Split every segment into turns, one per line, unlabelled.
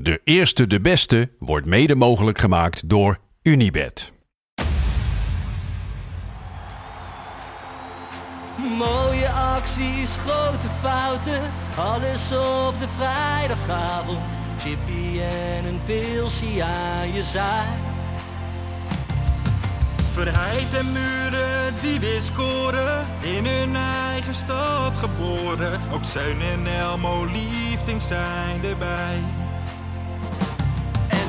De eerste de beste wordt mede mogelijk gemaakt door Unibed.
Mooie acties, grote fouten, alles op de vrijdagavond. Chippy en een pilsie aan je zaai.
Verheid en muren die weer scoren, in hun eigen stad geboren. Ook Zeun en Elmo liefdings zijn erbij.
En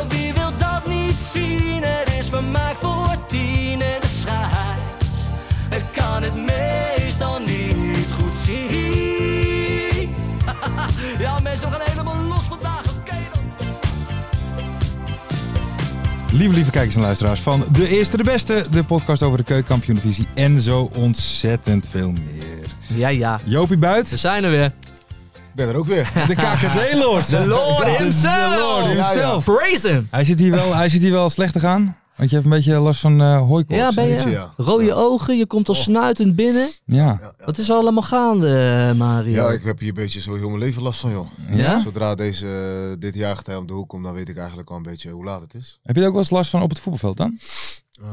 Oh, wie wil dat niet zien? Het is vermaakt voor tien en de scheids. Ik kan het meestal niet goed zien. Ja, mensen, we gaan helemaal los vandaag. Oké dan.
Lieve, lieve kijkers en luisteraars van De Eerste de Beste, de podcast over de keukenkampioenvisie en zo ontzettend veel meer.
Ja, ja.
Jopie
We
Buit,
zijn er weer.
Ik ben er ook weer.
de KKD-lord.
De Lord himself.
De Lord himself.
Praise him.
Hij, zit hier wel, hij zit hier wel slechter aan, want je hebt een beetje last van eh hooikoorts.
Ja, ben
Beetje,
je.
ja.
Rode ogen, je komt al snuitend binnen.
Ja.
Wat is er allemaal gaande, eh, Mario?
Ja, ik heb hier een beetje zo heel mijn leven last van, joh.
Ja?
Zodra deze, eh, dit jaargetij om de hoek komt, dan weet ik eigenlijk al een beetje hoe laat het is.
Heb je er ook wel eens last van op het voetbalveld dan?
Eh,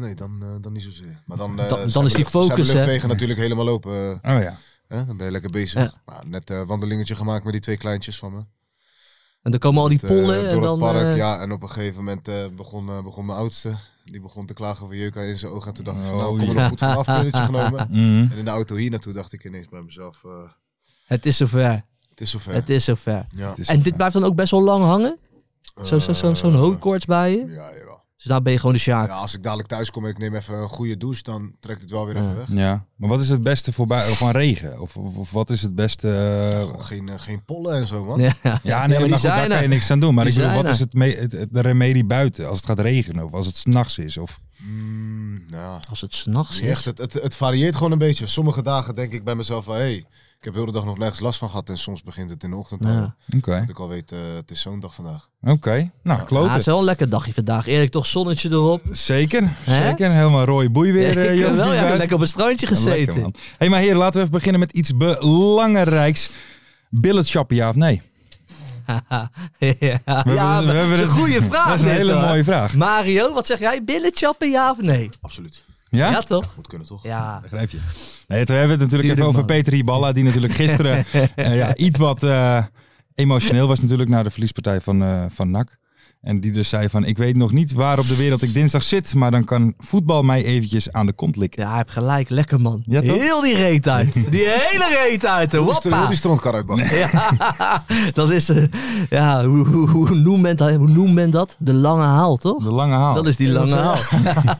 nee, dan, eh, dan niet zozeer. Maar dan, eh,
Dan- dan
zijn
is die
mijn lucht- zijn
focus,
mijn
hè?
luchtwegen natuurlijk helemaal open. eh,
Oh ja.
hè? Dan ben je lekker bezig.
Ja.
Maar net een wandelingetje gemaakt met die twee kleintjes van me.
En dan komen al die
Het, eh,
pollen
door
en
het
dan...
park,
eh,
ja. En op een gegeven moment eh, begon, eh, begon mijn oudste. Die begon te klagen over Jeuka in zijn ogen. En toen dacht ik van, nou,
Oh,
kom er
ja.
nog goed vanaf, puntje genomen.
Mhm.
En in de auto hier naartoe dacht ik ineens bij mezelf, eh,
Het is zover.
het is zover.
Het is zover.
ja.
Het is-
En dit blijft dan ook best wel lang hangen? Zo'n zo, zo, zo'n
Eh,
hoogkoorts bij je?
Ja, jawel.
Dus daar ben je gewoon de sjaak.
Ja, als ik dadelijk thuis kom en ik neem even een goede douche, dan trekt het wel weer even weg.
Ja, maar wat is het beste voor bui- van regen? Of, of, of wat is het beste... eh,
Gewoon geen, eh, geen pollen en zo, man.
Ja,
Ja,
Ja,
nee, maar,
die
goed, daar
zijn
kan je
er.
niks aan doen. Maar
Die
ik bedoel,
zijn
wat
er.
is het, me- het, het- de remedie buiten? Als het gaat regenen of als het s'nachts is? Of...
Mm, nou ja.
Als het s'nachts
Echt,
is.
het, het, het varieert gewoon een beetje. Sommige dagen denk ik bij mezelf van, hey, ik heb heel de dag nog nergens last van gehad. En soms begint het in de ochtend al.
Ja.
Oké,
Dat ik al weet, eh, het is zo'n dag vandaag.
oké. Nou,
Ja, het is
kloten.
wel een lekker dagje vandaag. Eerlijk toch, zonnetje erop.
Zeker,
Hè?
zeker. Helemaal rode boei weer, eh,
ik heb
Joop,
wel
hier
ja,
uit.
lekker op een strandje gezeten.
Lekker, man. hey, maar heren, laten we even beginnen met iets belangrijks. Billet shoppen, ja of nee?
ja, ja,
hebben- we
maar
hebben
dat is een
het-
goede vraag.
dat is een
dit,
hele
hoor.
mooie vraag.
Mario, wat zeg jij? Billen chappen, ja of nee?
Absoluut.
Ja?
Ja, toch?
Moet kunnen, toch?
Ja.
Begrijp je. Nee, we hebben het natuurlijk
Tuurlijk,
even over
man.
Peter Iballa, die natuurlijk gisteren eh, ja, iets wat eh, emotioneel was natuurlijk naar de verliespartij van, eh, van NAC. En die dus zei van, ik weet nog niet waar op de wereld ik dinsdag zit, maar dan kan voetbal mij eventjes aan de kont likken.
Ja, hij heeft gelijk. Lekker, man.
Ja, toch?
Heel die reet uit. Die hele reet uit. hè.
Hoe is de- hoe
Wappa.
die strand kan uitbakken.
Ja, dat is... eh, Ja, hoe, hoe, hoe, noemt men dat, hoe noemt men dat? De lange haal, toch?
De lange haal.
Dat is die lange haal.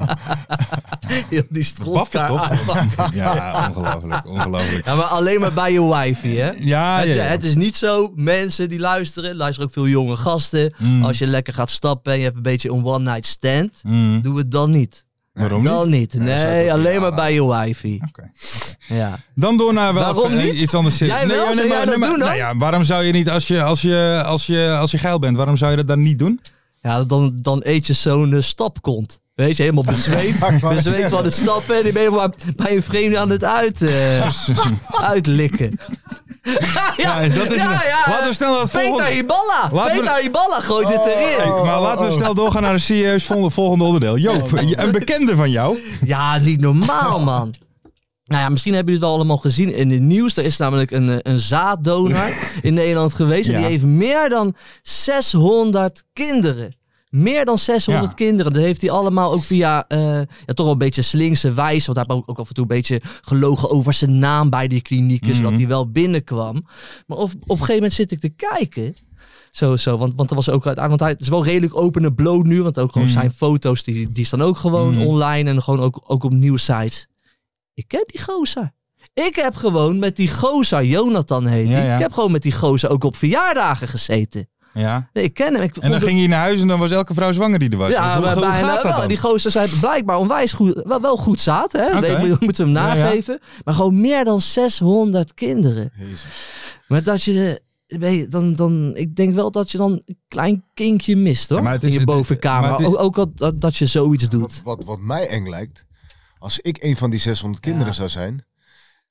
Heel die
Baffen,
strotkaart.
toch? ja, ongelooflijk, ongelooflijk.
Ja, maar alleen maar bij je wifey, hè?
Ja,
het,
ja, ja.
het is niet zo, mensen die luisteren, luisteren ook veel jonge gasten.
Mm.
Als je lekker gaat stappen en je hebt een beetje een one night stand,
Mm,
doe het dan niet.
waarom niet?
Dan niet. Nee,
zou ik ook
alleen
niet
maar bij je wifey.
Oké.
Ja.
Dan door naar wel
Waarom
even, eh,
niet?
iets anders.
Jij wel? Zou jij dat doen dan?
nou ja, waarom zou je niet, als je, als, je, als, je, als je geil bent, waarom zou je dat dan niet doen?
Ja, dan, dan eet je zo'n eh, stapkont. Weet je, helemaal bezweet. bezweet van het stappen en die ben je maar bij een vreemde aan het uit, eh, uitlikken.
Ja, dat is
ja,
een-
ja,
Laten we
eh,
snel naar het
Peter
volgende...
Iballa!
Laten we-
Peter Iballa gooit het erin.
Hey, maar laten
Oh.
we snel doorgaan naar een serieus volgende, volgende onderdeel. Joop, een bekende van jou.
Ja, niet normaal, man. Nou ja, misschien hebben jullie het al allemaal gezien in het nieuws. Er is namelijk een, eh, een zaaddonor in Nederland geweest. En
Ja.
die heeft meer dan 600 kinderen. Meer dan 600
Ja.
kinderen. Dat heeft hij allemaal ook via eh, ja, toch wel een beetje slinkse wijze. Want hij heeft ook, ook af en toe een beetje gelogen over zijn naam bij die klinieken.
Mhm.
Zodat hij wel binnenkwam. Maar of, op een gegeven moment zit ik te kijken. Zo, zo. Want, want er was ook uiteindelijk. Want hij het is wel redelijk open en bloot nu. Want ook gewoon
Mm.
zijn foto's, die, die staan ook gewoon
Mm.
online. En gewoon ook, ook op nieuwsites. Ik ken die gozer. Ik heb gewoon met die gozer, Jonathan heet
Ja,
hij.
ja.
Ik heb gewoon met die gozer ook op verjaardagen gezeten.
Ja.
Nee, ik ken hem. Ik
En
vond
dan
hem-
ging je naar huis en dan was elke vrouw zwanger die er was.
ja,
hoe,
maar
hoe
bijna
gaat dat
wel.
dan?
Die gozers zijn blijkbaar onwijs goed, wel, wel goed zaad. Hè?
Oké.
Nee, moet- moeten we hem
Ja, ja.
nageven. Maar gewoon meer dan 600 kinderen.
Jezus.
Maar dat je, eh, weet je, dan, dan, ik denk wel dat je dan een klein kinkje mist hoor.
Ja, maar het
in
is-
je
het-
bovenkamer.
maar het is-
ook ook dat- dat, dat je zoiets doet.
Wat, wat, wat mij eng lijkt, als ik een van die 600 kinderen zou zijn.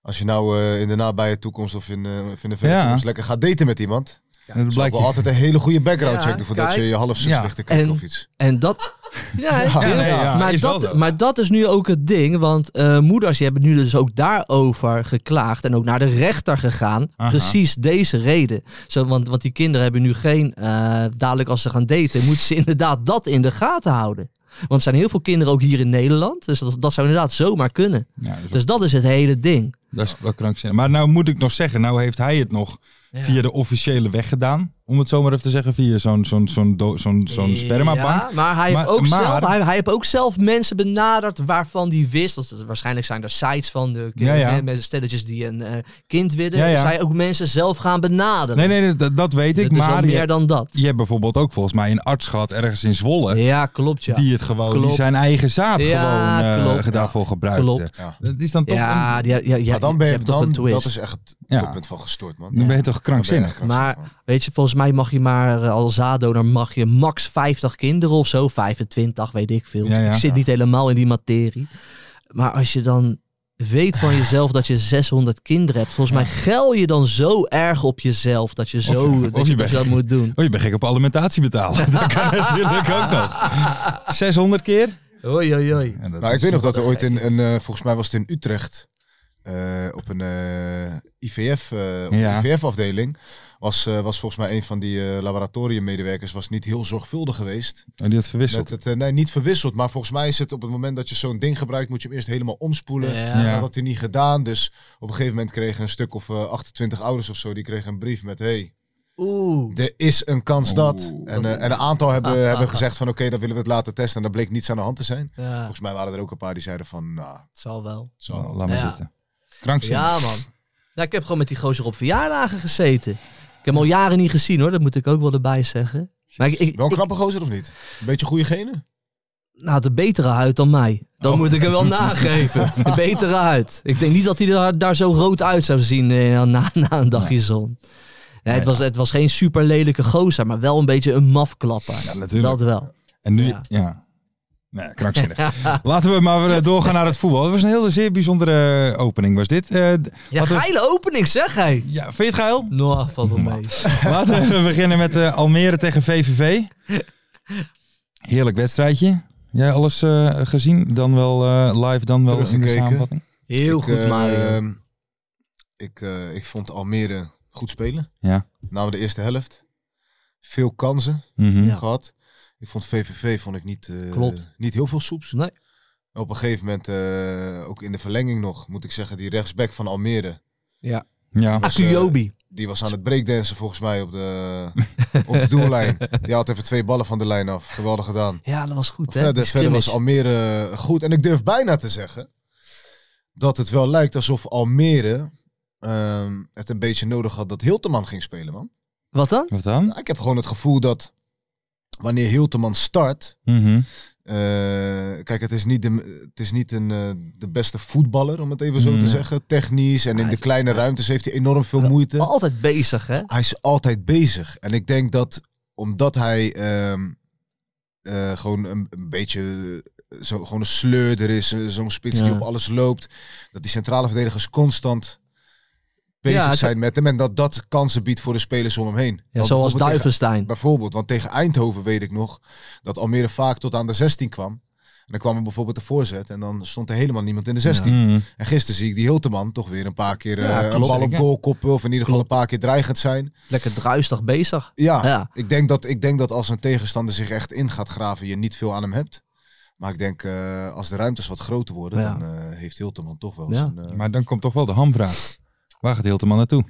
Als je nou eh, in de nabije toekomst of in, eh, of in de verre
Ja.
toekomst lekker gaat daten met iemand.
En dat
Blijkt
blijkt
wel altijd een hele goede background
Ja,
check doen voordat
kijk.
je je half zus
Ja.
ligt te kijken
En-
of iets.
En dat. Ja, heel
nee,
raar.
ja,
maar,
is wel
dat,
zo.
maar dat is nu ook het ding. Want eh, moeders die hebben nu dus ook daarover geklaagd. En ook naar de rechter gegaan.
Aha.
Precies deze reden. Zo, want, want die kinderen hebben nu geen. eh, dadelijk als ze gaan daten. moeten ze inderdaad dat in de gaten houden. Want er zijn heel veel kinderen ook hier in Nederland. Dus dat, dat zou inderdaad zomaar kunnen.
Ja, dus
Dus dat is het hele ding.
Dat is wel krankzinnig. Maar nou moet ik nog zeggen, nou heeft hij het nog via de officiële weg gedaan. Om het zo maar even te zeggen, via zo'n zo'n zo'n do- zo'n zo'n spermabank.
Ja, maar hij,
Maar-
heeft ook
maar-
zelf, hij, hij heeft ook zelf mensen benaderd waarvan hij wist. Dat, dat- waarschijnlijk zijn er sites van de
Ja, ja.
Met, met stelletjes die een eh, kind willen.
Ja, ja.
Dus hij ook mensen zelf gaan benaderen.
Nee, nee, nee, dat, dat weet ik.
Dus al
maar je,
meer dan dat.
je hebt bijvoorbeeld ook volgens mij een arts gehad ergens in Zwolle.
Ja, klopt ja.
Die het gewoon, die
Klopt.
zijn eigen zaad
Ja,
gewoon eh,
klopt.
daarvoor gebruikte.
Klopt.
Ja.
Dat is dan toch
ja,
een-
die- ja, ja,
maar dan ben je,
hebt toch
dan,
een twist.
dat is echt het
Ja.
toppunt van gestoord, man.
dan ben je toch
Dan ben je echt
krankzinnig.
Maar-
krankzinnig, man.
Weet je, volgens mij mag je maar eh, als zaaddonor mag je max 50 kinderen of zo. 25, weet ik veel.
Ja, ja.
ik zit niet helemaal in die materie. Maar als je dan weet van jezelf dat je 600 kinderen hebt. Volgens mij gel je dan zo erg op jezelf dat je, zo,
of
dat, je
je
dat, je
bent-
dat moet doen.
Oh, je bent gek op alimentatie betalen. dat kan natuurlijk ook nog. 600 keer.
Oei, oei, oei.
Ja, dat
Nou, ik
is-
weet nog dat er ooit in, een, eh, volgens mij was het in Utrecht, eh, op een eh, IVF, eh, op de
Ja.
IVF-afdeling, was, eh, was volgens mij een van die eh, laboratoriummedewerkers was niet heel zorgvuldig geweest.
Oh, die had verwisseld.
Met het, eh, nee, niet verwisseld, maar volgens mij is het op het moment dat je zo'n ding gebruikt, moet je hem eerst helemaal omspoelen.
Ja.
En Dat had hij niet gedaan, dus op een gegeven moment kregen een stuk of eh, 28 ouders of zo, die kregen een brief met, hey,
Oeh.
er is een kans dat.
Oeh.
En, eh, en een aantal hebben,
Ah,
hebben gezegd van, oké, dan willen we het laten testen. En dat bleek niets aan de hand te zijn.
Ja,
Volgens mij waren er ook een paar die zeiden van, nou,
het zal wel.
zo.
Oh, laat maar
Ja.
zitten. Krankzinnig.
Ja, man. Nou, ik heb gewoon met die gozer op verjaardagen gezeten. Ik heb hem al jaren niet gezien hoor, dat moet ik ook wel erbij zeggen. Maar ik, ik,
Wel een
ik-
knappe gozer of niet? Een beetje goede genen?
Nou, had een betere huid dan mij. Dat moet ik hem wel nageven. De betere huid. Ik denk niet dat hij daar, daar zo rood uit zou zien eh, na, na een dagje zon. Nee, het, was, het was geen super lelijke gozer, maar wel een beetje een mafklapper.
Ja, natuurlijk.
dat wel.
En nu, ja.
Ja.
Nee, krankzinnig. Laten we maar weer doorgaan naar het voetbal. Het was een hele zeer bijzondere eh, opening, was dit. Eh, d-
Ja,
Wat een-
geile opening zeg hij.
ja, vind je het geil?
Nou, valt wel mee.
Laten we beginnen met eh, Almere tegen VVV. Heerlijk wedstrijdje. Jij alles eh, gezien? Dan wel eh, live, dan wel in de
Teruggekeken.
samenvatting?
Heel
Ik,
goed,
eh,
Mario.
ik, eh, ik vond Almere goed spelen.
Ja.
Na de eerste helft. Veel kansen
Mhm.
Ja.
gehad. Ik vond VVV vond ik niet, eh,
Klopt.
niet heel veel soeps. Dus,
Nee.
Op een gegeven moment, eh, ook in de verlenging nog, moet ik zeggen, die rechtsback van Almere.
Ja.
was, eh,
Akuyobi.
Die was aan het breakdansen volgens mij op de, op de doellijn. Die had even twee ballen van de lijn af. Geweldig gedaan.
Ja, dat was goed, hè?
Verder,
Die
verder was
scrimmage.
Almere goed. En ik durf bijna te zeggen dat het wel lijkt alsof Almere ehm, het een beetje nodig had dat Hilteman ging spelen, man.
Wat dan?
Wat dan?
Nou, ik heb gewoon het gevoel dat wanneer Hilteman start...
Mhm.
eh, kijk, het is niet, de, het is niet een, eh, de beste voetballer, om het even zo
Mm.
te zeggen. Technisch en in de kleine ruimtes heeft hij enorm veel moeite
Altijd bezig, hè?
hij is altijd bezig. En ik denk dat omdat hij ehm, eh, gewoon een, een beetje eh, zo, gewoon een sleurder is, eh, zo'n spits
Ja.
die op alles loopt, dat die centrale verdedigers constant bezig
Ja, het-
zijn met hem. En dat dat kansen biedt voor de spelers om hem heen.
Ja,
Want
zoals
bijvoorbeeld tegen-
Duivenstein.
Bijvoorbeeld, want tegen Eindhoven weet ik nog dat Almere vaak tot aan de 16 kwam. En dan kwam er bijvoorbeeld de voorzet en dan stond er helemaal niemand in de 16.
Mm.
En gisteren zie ik die Hilteman toch weer een paar keer eh,
Ja,
een
klopt.
bal op goal koppen. Of in ieder geval een paar keer dreigend zijn.
Lekker druistig bezig.
Ja,
Ja.
Ik, denk dat, ik denk dat als een tegenstander zich echt in gaat graven, je niet veel aan hem hebt. Maar ik denk, eh, als de ruimtes wat groter worden,
Ja.
dan eh, heeft Hilteman toch wel
Ja.
zijn... eh,
Maar dan komt toch wel de hamvraag. Waar gaat Hilteman naartoe?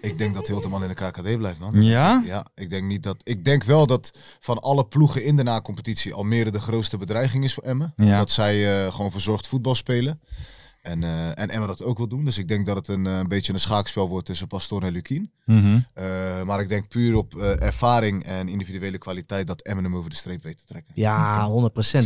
ik denk dat Hilteman in de KKD blijft, man.
Ja?
Ja, ik denk niet dat. Ik denk wel dat van alle ploegen in de na-competitie Almere de grootste bedreiging is voor Emmen.
Ja.
Dat zij eh, gewoon verzorgd voetbal spelen. En, eh en Emmen dat ook wil doen. Dus ik denk dat het een, eh, een beetje een schaakspel wordt tussen Pastoor en Lukien.
Mhm.
Eh, maar ik denk puur op eh, ervaring en individuele kwaliteit dat Emmen hem over de streep weet te trekken.
Ja, 100%.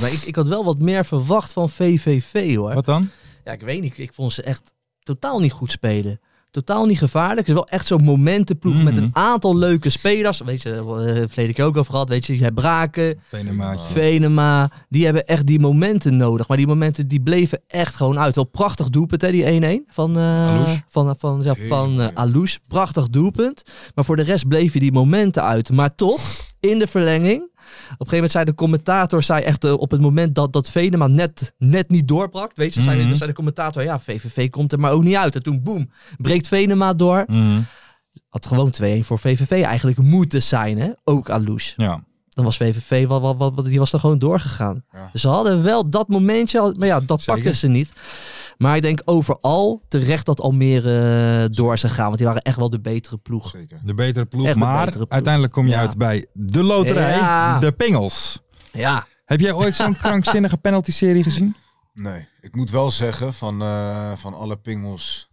Maar ik, ik had wel wat meer verwacht van VVV hoor.
Wat dan?
Ja, ik weet niet. Ik vond ze echt totaal niet goed spelen. Totaal niet gevaarlijk. Het is wel echt zo'n momentenploeg met
Mhm.
een aantal leuke spelers. Weet je, eh, verleden keer ook over gehad. Weet je, je hebt Braken,
Venemaatje.
Venema. Die hebben echt die momenten nodig. Maar die momenten die bleven echt gewoon uit. Wel prachtig doelpunt, hè, die 1-1 van, eh
Alouche.
van, van, ja,
Heel
van eh,
mooi.
Alouche. Prachtig doelpunt. Maar voor de rest bleven die momenten uit. Maar toch, in de verlenging. Op een gegeven moment zei de commentator zei echt eh, op het moment dat, dat Venema net, net niet doorbrak. Weet je, zei,
Mhm.
zei de commentator, ja, VVV komt er maar ook niet uit. En toen, boem, breekt Venema door.
Mhm.
Had gewoon 2-1 voor VVV eigenlijk moeten zijn, hè? Ook Alouche
Ja.
dan was VVV, wat, wat, wat, die was er gewoon doorgegaan.
Ja.
Dus ze hadden wel dat momentje, al- maar ja, dat
Zeker.
pakten ze niet. Maar ik denk overal terecht dat Almere eh, door zou gaan, want die waren echt wel de betere ploeg.
Zeker.
De betere ploeg.
Echt de
maar
betere ploeg.
uiteindelijk kom je
Ja.
uit bij de loterij.
Ja.
De Pingels.
Ja,
Heb jij ooit zo'n krankzinnige penalty-serie gezien?
Nee, ik moet wel zeggen van, eh, van alle pingels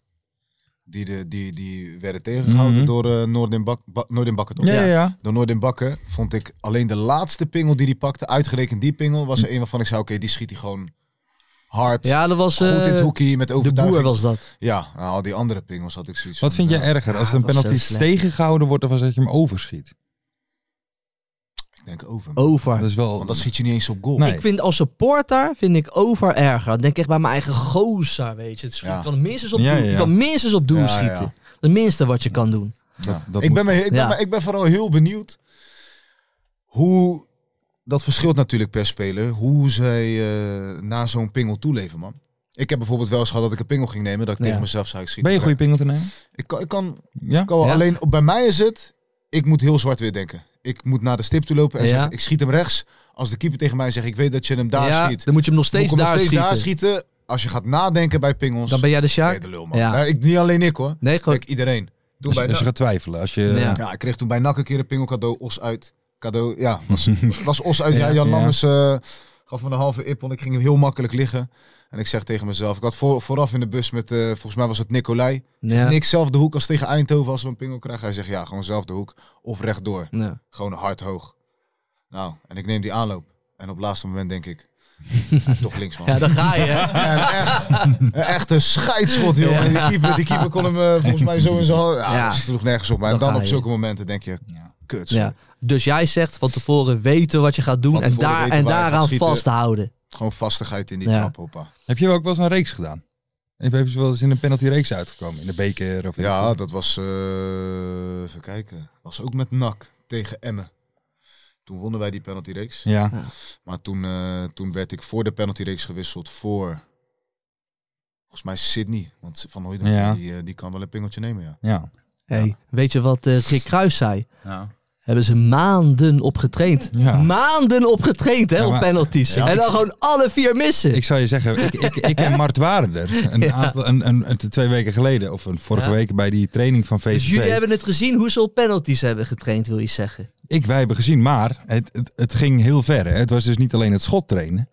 die, de, die, die werden tegengehouden
Mhm.
door eh Noordin, Bak, Ba- Noordin Bakker. toch?
ja.
Door Noordin Bakker vond ik alleen de laatste pingel die hij pakte, uitgerekend die pingel, was er een waarvan ik zei, oké, die schiet hij gewoon hard.
ja dat was
Goed in het
eh
hoekie, met
de
overtuiging.
boer was dat.
Ja, nou, al die andere pingels had ik zoiets
Wat
van,
vind
nou,
jij
ja,
erger?
Ja,
als er een
dat was
penalty
zo slecht.
tegengehouden wordt of als dat je hem overschiet?
Ik denk over.
Over.
Dat is wel...
Want dan schiet je niet eens op goal.
Nee.
Ik vind als supporter vind ik over erger. Dan denk ik echt bij mijn eigen gozer, weet je. Het schiet-
Ja.
je kan er minstens op
Ja,
doen.
ja,
Je
ja.
kan minstens op doen
Ja, ja.
schieten. Het minste wat je kan doen.
Ja.
dat
ik,
moet-
ben me, ik,
Ja.
ben me- ik ben vooral heel benieuwd hoe... Dat verschilt natuurlijk per speler. Hoe zij eh, naar zo'n pingel toeleven, man. Ik heb bijvoorbeeld wel eens gehad dat ik een pingel ging nemen. Dat ik
Ja.
tegen mezelf zei, ik schiet
Ben je een
hem
goede pingel te nemen?
weg. Ik kan, ik kan
Ja?
Ik kan wel-
Ja.
Alleen bij mij is het, ik moet heel zwart weer denken. Ik moet naar de stip toe lopen en
Ja.
zeggen, ik schiet hem rechts. Als de keeper tegen mij zegt, ik weet dat je hem daar
ja,
schiet.
dan moet je hem nog
Moet ik
steeds,
hem nog
daar,
steeds
schieten.
daar schieten. Als je gaat nadenken bij pingels,
Dan ben jij de
ben je
Sjaak?
de lul, man.
Ja.
Nou, ik, niet alleen ik, hoor.
Nee, gewoon...
Kijk, iedereen. Toen
Als,
bij
je- als je
NAC-
gaat twijfelen. Als je...
Ja.
ja, ik kreeg toen bij NAC een keer een pingel cadeau, Os uit. Cadeau, ja. Was, was Os uit, ja.
Ja.
Jan
Ja.
Lammers eh, gaf me een halve ippel. Ik ging hem heel makkelijk liggen. En ik zeg tegen mezelf, ik had voor, vooraf in de bus met, eh, volgens mij was het Nicolai.
Ja.
Niks zelf de hoek als tegen Eindhoven als we een pingel krijgen. Hij zegt ja, gewoon zelf de hoek of rechtdoor.
Ja.
Gewoon hard hoog. Nou, en ik neem die aanloop. En op het laatste moment denk ik, ja, toch links man.
Ja, daar ga je. hè.
En echt, een echte scheidschot, joh. En Die keeper, die keeper kon hem eh, volgens mij zo en zo. Ja,
Ja.
Ah, dat sloeg nergens op. Maar
Dan
dan,
ga
op
je.
zulke momenten denk je, kut.
Ja. Dus jij zegt van tevoren weten wat je gaat doen
Van
en,
tevoren
daar,
weten
en
waar je gaat
daaraan
schieten.
vasthouden.
Gewoon vastigheid in die
Ja.
trap, hoppa.
Heb je ook wel eens een reeks gedaan? Heb je wel eens in een penalty reeks uitgekomen? In de beker of in
Ja,
de-
dat was, eh, even kijken, was ook met NAC tegen Emmen. Toen wonnen wij die penaltyreeks.
Ja.
Maar toen, eh, toen werd ik voor de penaltyreeks gewisseld voor. Volgens mij Sydney. Want Van Hooydonk,
Ja.
die, eh, die kan wel een pingeltje nemen, ja.
Ja.
Hey, weet je wat eh Rick Kruis zei?
Ja.
Hebben ze maanden op getraind.
Ja.
Maanden op getraind hè,
Ja,
op
maar-
penalties.
Ja.
en dan gewoon alle vier missen. Dus
Ik zou je zeggen, ik, ik, ik en Mart waren er. Een aantal, een, een, een- twee weken geleden, of een, vorige
Ja.
week bij die training van VVV.
dus jullie hebben het gezien hoe ze op penalties hebben getraind, wil je zeggen.
Ik, wij hebben gezien, maar het, het, het ging heel ver. Hè. Het was dus niet alleen het schot trainen.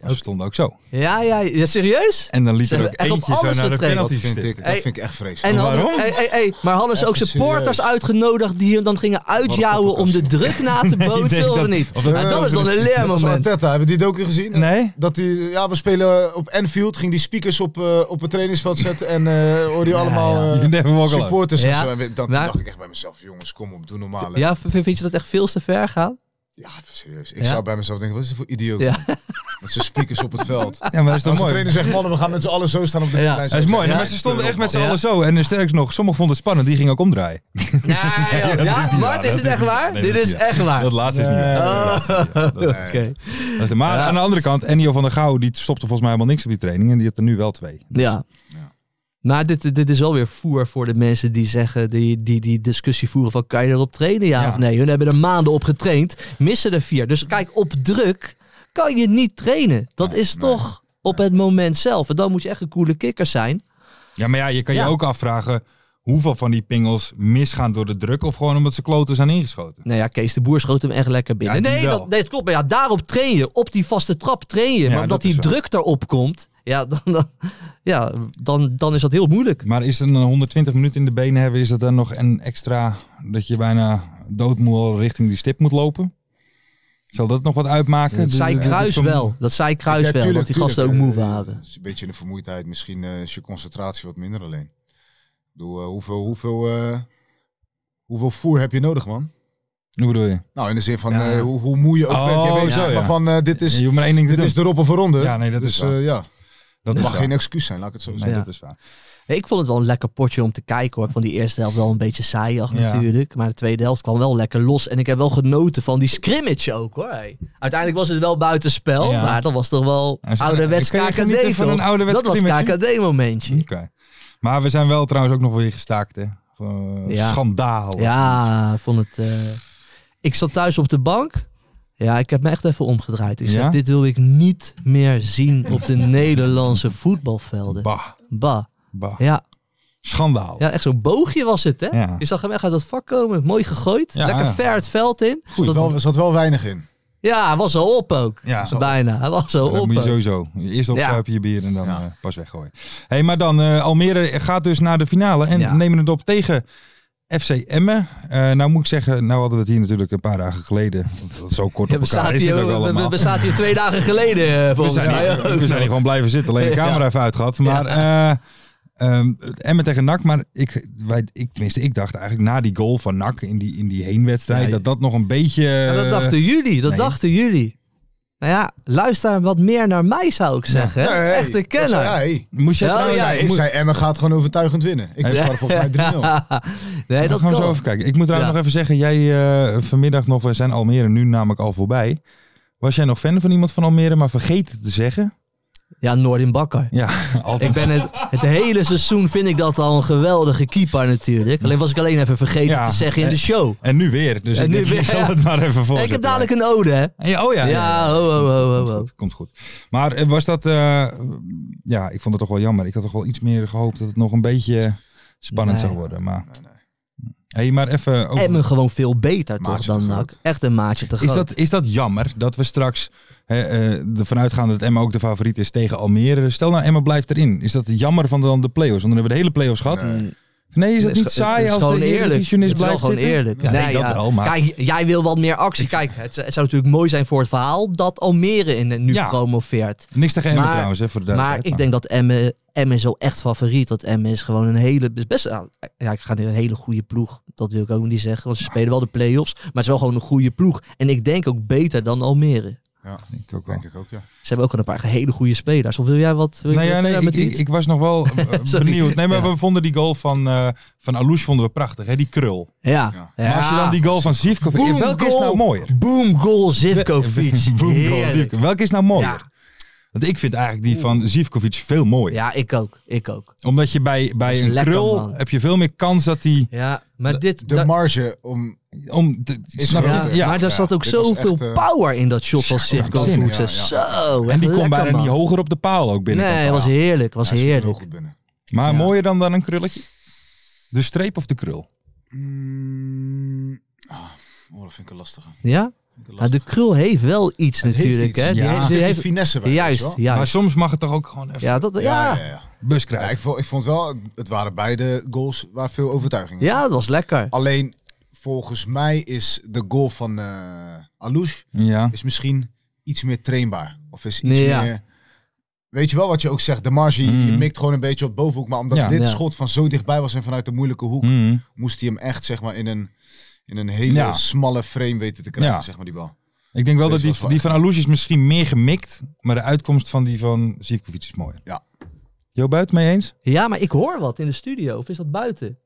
Maar ze stonden ook zo.
Ja, ja, ja serieus?
En dan liet
Ze
er ook
hebben echt op
eentje zo
alles
naar de
getraind.
Dat
penalty
vind, ik,
stippen.
dat
Hey.
vind ik echt vreselijk.
En
Waarom?
hadden- hey, hey, hey, maar hadden ze ook
Even
supporters
serieus.
uitgenodigd die hem dan gingen uitjouwen om de druk na te
Ik denk
bootsen of
dat-
niet?
of dat-
En dat is dan een
Dat was
leermoment.
Arteta, hebben die docu gezien?
Nee?
Dat die, ja, we spelen eh, op Enfield, ging die speakers op, eh, op het trainingsveld zetten en eh hoorde je allemaal eh,
You never walk alone.
supporters
Ja.
en zo. En we- dan
Maar-
dacht ik echt bij mezelf, jongens, kom op, doe normaal. hè.
Ja, vind vind je dat echt veel te ver gaan?
Ja, even serieus. Ik
Ja.
zou bij mezelf denken, wat is dit voor idioot?
Ja.
man? Met zijn speakers op het veld.
Ja, maar dat is toch
Als de
mooi?
trainer zegt, mannen, we gaan met z'n allen zo staan op de
Ja,
middenlijn.
Dat is mooi,
Ja,
maar ze stonden echt met z'n
ja.
allen zo. En eh, sterkst nog, sommigen vonden het spannend, die gingen ook omdraaien.
Nee, joh.
dat is
ja,
niet waar,
Bart, is
dat
dit
is
echt
niet-
waar?
nee,
Dit
dat is
is
niet
echt waar.
Dat laatste is niet
Nee.
waar.
Oh,
Dat
Oké.
is- Maar
Ja.
aan de andere kant, Ennio van der Gouw, die stopte volgens mij helemaal niks op die training. En die had er nu wel twee.
Ja. Maar dit, dit is wel weer voer voor de mensen die zeggen, die die, die discussie voeren van kan je erop trainen, ja,
Ja.
of nee. Hun hebben er maanden op getraind, missen er vier. Dus kijk, op druk kan je niet trainen. Dat is toch op het moment zelf. En dan moet je echt een coole kikker zijn.
Ja, maar ja, je kan
Ja.
je ook afvragen hoeveel van die pingels misgaan door de druk. Of gewoon omdat ze kloten zijn ingeschoten.
Nou ja, Kees de Boer schoot hem echt lekker binnen.
Ja, die
nee,
wel.
dat, nee, dat klopt. Maar ja, daarop train je. Op die vaste trap train je. maar
dat
omdat
is
die
waar.
druk erop komt, ja, dan, dan, ja, dan, dan is dat heel moeilijk.
Maar is een 120 minuten in de benen hebben, is dat dan nog een extra dat je bijna doodmoe al richting die stip moet lopen? Zal dat nog wat uitmaken?
Dat
De-
zei
de- de-
Kruis
de-
wel. Dat zei Kruis
Ja,
wel,
tuurlijk,
dat die gasten ook
tuurlijk.
moe
Eh,
waren.
het is een beetje in de vermoeidheid. Misschien eh, is je concentratie wat minder alleen. Ik bedoel, eh, hoeveel, hoeveel, eh, hoeveel voer heb je nodig, man?
Hoe bedoel je?
Nou, in de zin van
Ja.
eh, hoe, hoe moe je ook
Oh,
bent. Je weet
zo,
zeg maar
ja.
van, eh, dit is,
je hoeft maar één ding te
dit
doen.
is de roppen voor ronde.
Ja, nee, dat
dus,
is waar.
eh, ja,
dat
dat
is
mag
waar.
geen excuus zijn, laat ik het zo zeggen.
Nee,
Ja.
dat is waar.
Nee, Ik vond het wel een lekker potje om te kijken hoor. Ik vond die eerste helft wel een beetje saaiig
Ja.
natuurlijk. Maar de tweede helft kwam wel lekker los. En ik heb wel genoten van die scrimmage ook hoor. hey. Uiteindelijk was het wel buitenspel.
Ja.
Maar dat was toch wel
Ja, zo-
ouderwets
kun je
KKD
genieten van
toch?
een ouderwets
Dat was
scrimmage?
KKD momentje.
Oké. Maar we zijn wel trouwens ook nog weer gestaakt, hè? Gewoon
Ja.
Schandaal.
Ja, ik vond het... eh, Ik zat thuis op de bank. Ja, ik heb me echt even omgedraaid. Ik zeg,
Ja?
dit wil ik niet meer zien op de Nederlandse voetbalvelden.
Bah,
Bah.
bah.
Ja,
Schandaal.
Ja, echt zo'n boogje was het, hè?
Ja.
Je zag hem echt uit dat vak komen. Mooi gegooid.
Ja,
lekker
ja.
ver het veld in.
Er zat
Dat-
wel, er zat wel weinig in.
ja, hij was al op ook.
Ja.
Bijna. Hij was al
Dat
op.
moet je
ook.
sowieso. Eerst opzuipen je bier en dan
Ja.
eh, pas weggooien. hey, maar dan, eh, Almere gaat dus naar de finale en
Ja.
nemen het op tegen FC Emmen. Eh, nou moet ik zeggen, nou hadden we het hier natuurlijk een paar dagen geleden. want Dat is zo kort
Ja,
op
we,
elkaar
zaten
is het ook
hier, we, we-
allemaal.
we zaten hier twee dagen geleden, eh,
We
volgens
zijn,
mij.
hier,
ook
we zijn hier
nog.
gewoon blijven zitten, alleen de
Ja.
camera even uit gehad. Maar eh, ehm, het Emmen tegen NAC, maar ik, wij, ik, tenminste, ik dacht eigenlijk na die goal van NAC in die, in die heenwedstrijd,
Ja,
dat dat nog een beetje...
Ja, dat dachten jullie. Dat
eh, nee.
dachten jullie. Nou ja, luister wat meer naar mij, zou ik zeggen. hè?
Nee,
Echt een
dat zei
kenner.
hij.
Moest je
Ja,
trouwens-
ja,
Hij
moest-
zei, Emma gaat gewoon overtuigend winnen. Ik was daar volgens mij 3-0.
nee, dat
gaan we
kan.
zo even kijken. Ik moet trouwens nog
Ja.
even zeggen, jij eh, vanmiddag nog, we zijn Almere nu namelijk al voorbij. Was jij nog fan van iemand van Almere, maar vergeten te zeggen?
Ja, Noordin Bakker.
Ja, altijd.
Ik ben het, het hele seizoen vind ik dat al een geweldige keeper natuurlijk. Alleen was ik alleen even vergeten
Ja,
te zeggen in de
eh,
show.
En nu weer, dus
En
ik
nu
denk, ik
weer,
zal
ja.
het maar even
Ja,
volgen.
ik heb dadelijk een ode, hè?
Ja, oh ja.
Ja, ho, ho, ho, ho,
Komt
ho.
goed, komt goed. Maar eh, was dat... eh, ja, ik vond het toch wel jammer. Ik had toch wel iets meer gehoopt dat het nog een beetje spannend
Nee.
zou worden. Maar... hey, maar even... over-
Emmen gewoon veel beter
Maatje
toch
te
dan
groot.
NAC. Echt een maatje te groot.
Is dat, is dat jammer dat we straks hè, eh, ervan uitgaan dat Emma ook de favoriet is tegen Almere? Stel nou, Emma blijft erin. Is dat jammer van dan de play-offs? Want dan hebben we de hele play-offs gehad. Nee, is dat
Het
niet
ge- het
saai
is
als
gewoon
de Eredivisionist
Het is wel
blijft
gewoon
zitten?
eerlijk.
Ja, nee,
Nee,
dat
ja.
wel, maar...
Kijk, jij wil wat meer actie. Kijk, het, z- het zou natuurlijk mooi zijn voor het verhaal dat Almere in, nu
Ja.
promoveert.
Niks tegen Emma
maar-
trouwens, hè, voor de
Maar
duidelijkheid.
ik denk dat Emmen, Emmen is wel echt favoriet. Want Emmen is gewoon een hele, is best, nou, ja, ik ga nu een hele goede ploeg. Dat wil ik ook niet zeggen, want ze spelen wel de play-offs. Maar het is wel gewoon een goede ploeg. En ik denk ook beter dan Almere.
Ja,
Ik ook wel.
denk ik ook, ja.
Ze hebben ook al een paar hele goede spelers. Of wil jij wat? Wil je
Nee, Nou ja,
verder
nee,
met
ik, ik,
iets?
ik was nog wel eh,
Sorry.
benieuwd. Nee, maar
Ja.
we vonden die goal van, eh van Alouche vonden we prachtig, hè? die krul.
Ja.
Ja.
Maar als je dan die goal van Zivkovic...
Boom,
welke is
goal.
nou mooier?
Boom, goal, Zivkovic.
Boom, goal,
Heerlijk.
Zivkovic. Welke is nou mooier?
Ja.
Want ik vind eigenlijk die van Zivkovic veel mooier.
Ja, ik ook. Ik ook.
Omdat je bij, bij
is
een
lekker,
krul
man.
heb je veel meer kans dat die
Ja, maar dit...
De
da-
marge om...
om te, snap je?
ja,
Ja.
maar daar
ja,
zat ook
dit was
zoveel
echt, eh,
power in dat shot van Zivkovic.
ja, ja.
En
Zo,
die
echt
kon
lekker,
bijna
man.
niet hoger op de paal ook binnen.
Nee, was heerlijk. was
Hij schiet hem heel
heerlijk.
goed binnen.
Maar
Ja.
mooier dan dan een krulletje? De streep of de krul?
Mm, ah, oh, dat vind ik een lastige.
Ja?
Vind ik
Ja,
een
de
lastige.
krul heeft wel iets
Het heeft
natuurlijk.
iets.
hè?
Ja.
Die
Er
heeft-
zit
die
die
heeft-
finesse bij, weet je
Juist,
wel?
Maar
juist.
soms mag het toch ook gewoon even
Ja, dat,
Ja,
ja.
ja, ja.
bus
Ja,
krijgen?
ik, vond, ik vond wel, het waren beide goals waar veel overtuiging in
ja,
zat.
dat was lekker.
Alleen, volgens mij is de goal van eh Alouche
Ja.
is misschien iets meer trainbaar. Of is iets
Nee, ja.
meer... Weet je wel wat je ook zegt? De marge, je
Mhm.
mikt gewoon een beetje op bovenhoek. Maar omdat
Ja.
dit
Ja.
schot van zo dichtbij was en vanuit de moeilijke hoek...
Mhm.
moest hij hem echt zeg maar, in, een, in een hele
Ja.
smalle frame weten te krijgen,
Ja.
zeg maar, die bal.
Ik denk wel dat
Deze
die,
was wel
die
echt
van Alouche is misschien meer gemikt. Maar de uitkomst van die van Zivkovic is mooier.
Ja.
Jo, buit mee eens?
Ja, maar ik hoor wat in de studio. Of is dat buiten?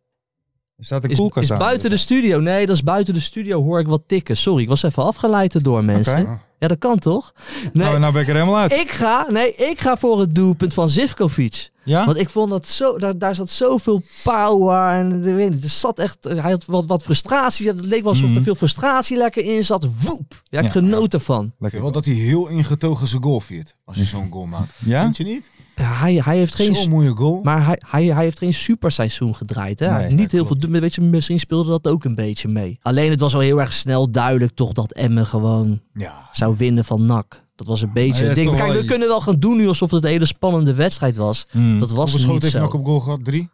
Er staat een
Is,
koelkast
is
aan.
buiten de studio? Nee, dat is buiten de studio. Hoor ik wat tikken. Sorry, ik was even afgeleid door mensen.
Oké.
Ja, dat kan toch? Nee,
Nou, nou ben ik er helemaal uit.
ik ga, nee, ik ga voor het doelpunt van Zivkovic.
Ja?
Want ik vond dat zo, daar, daar zat zoveel power en ik weet niet, er zat echt, eh, hij had wat, wat frustratie. Het leek wel alsof
Mhm.
er veel frustratie lekker in zat. Woep! Ja, ik
Ja.
genoot ervan.
Ik
Lekker.
vind wel dat hij heel ingetogen zijn goal viert. Als hij zo'n goal maakt.
Ja?
Vind je niet?
Ja, hij, hij heeft geen,
Zo'n mooie goal.
maar hij, hij, hij heeft geen superseizoen gedraaid. Hè? Hij
Nee,
heeft niet
nee,
heel veel, doen, maar weet je, misschien speelde dat ook een beetje mee. Alleen het was wel heel erg snel duidelijk toch dat Emmen gewoon
Ja.
zou winnen van NAC. Dat was een beetje.
hij
ik
is
denk,
toch
kijk,
wel-
we kunnen wel gaan doen nu alsof het een hele spannende wedstrijd was.
Hmm.
Dat was
Hoeveel
niet
schoten heeft
zo.
Nak op goal gehad? Drie?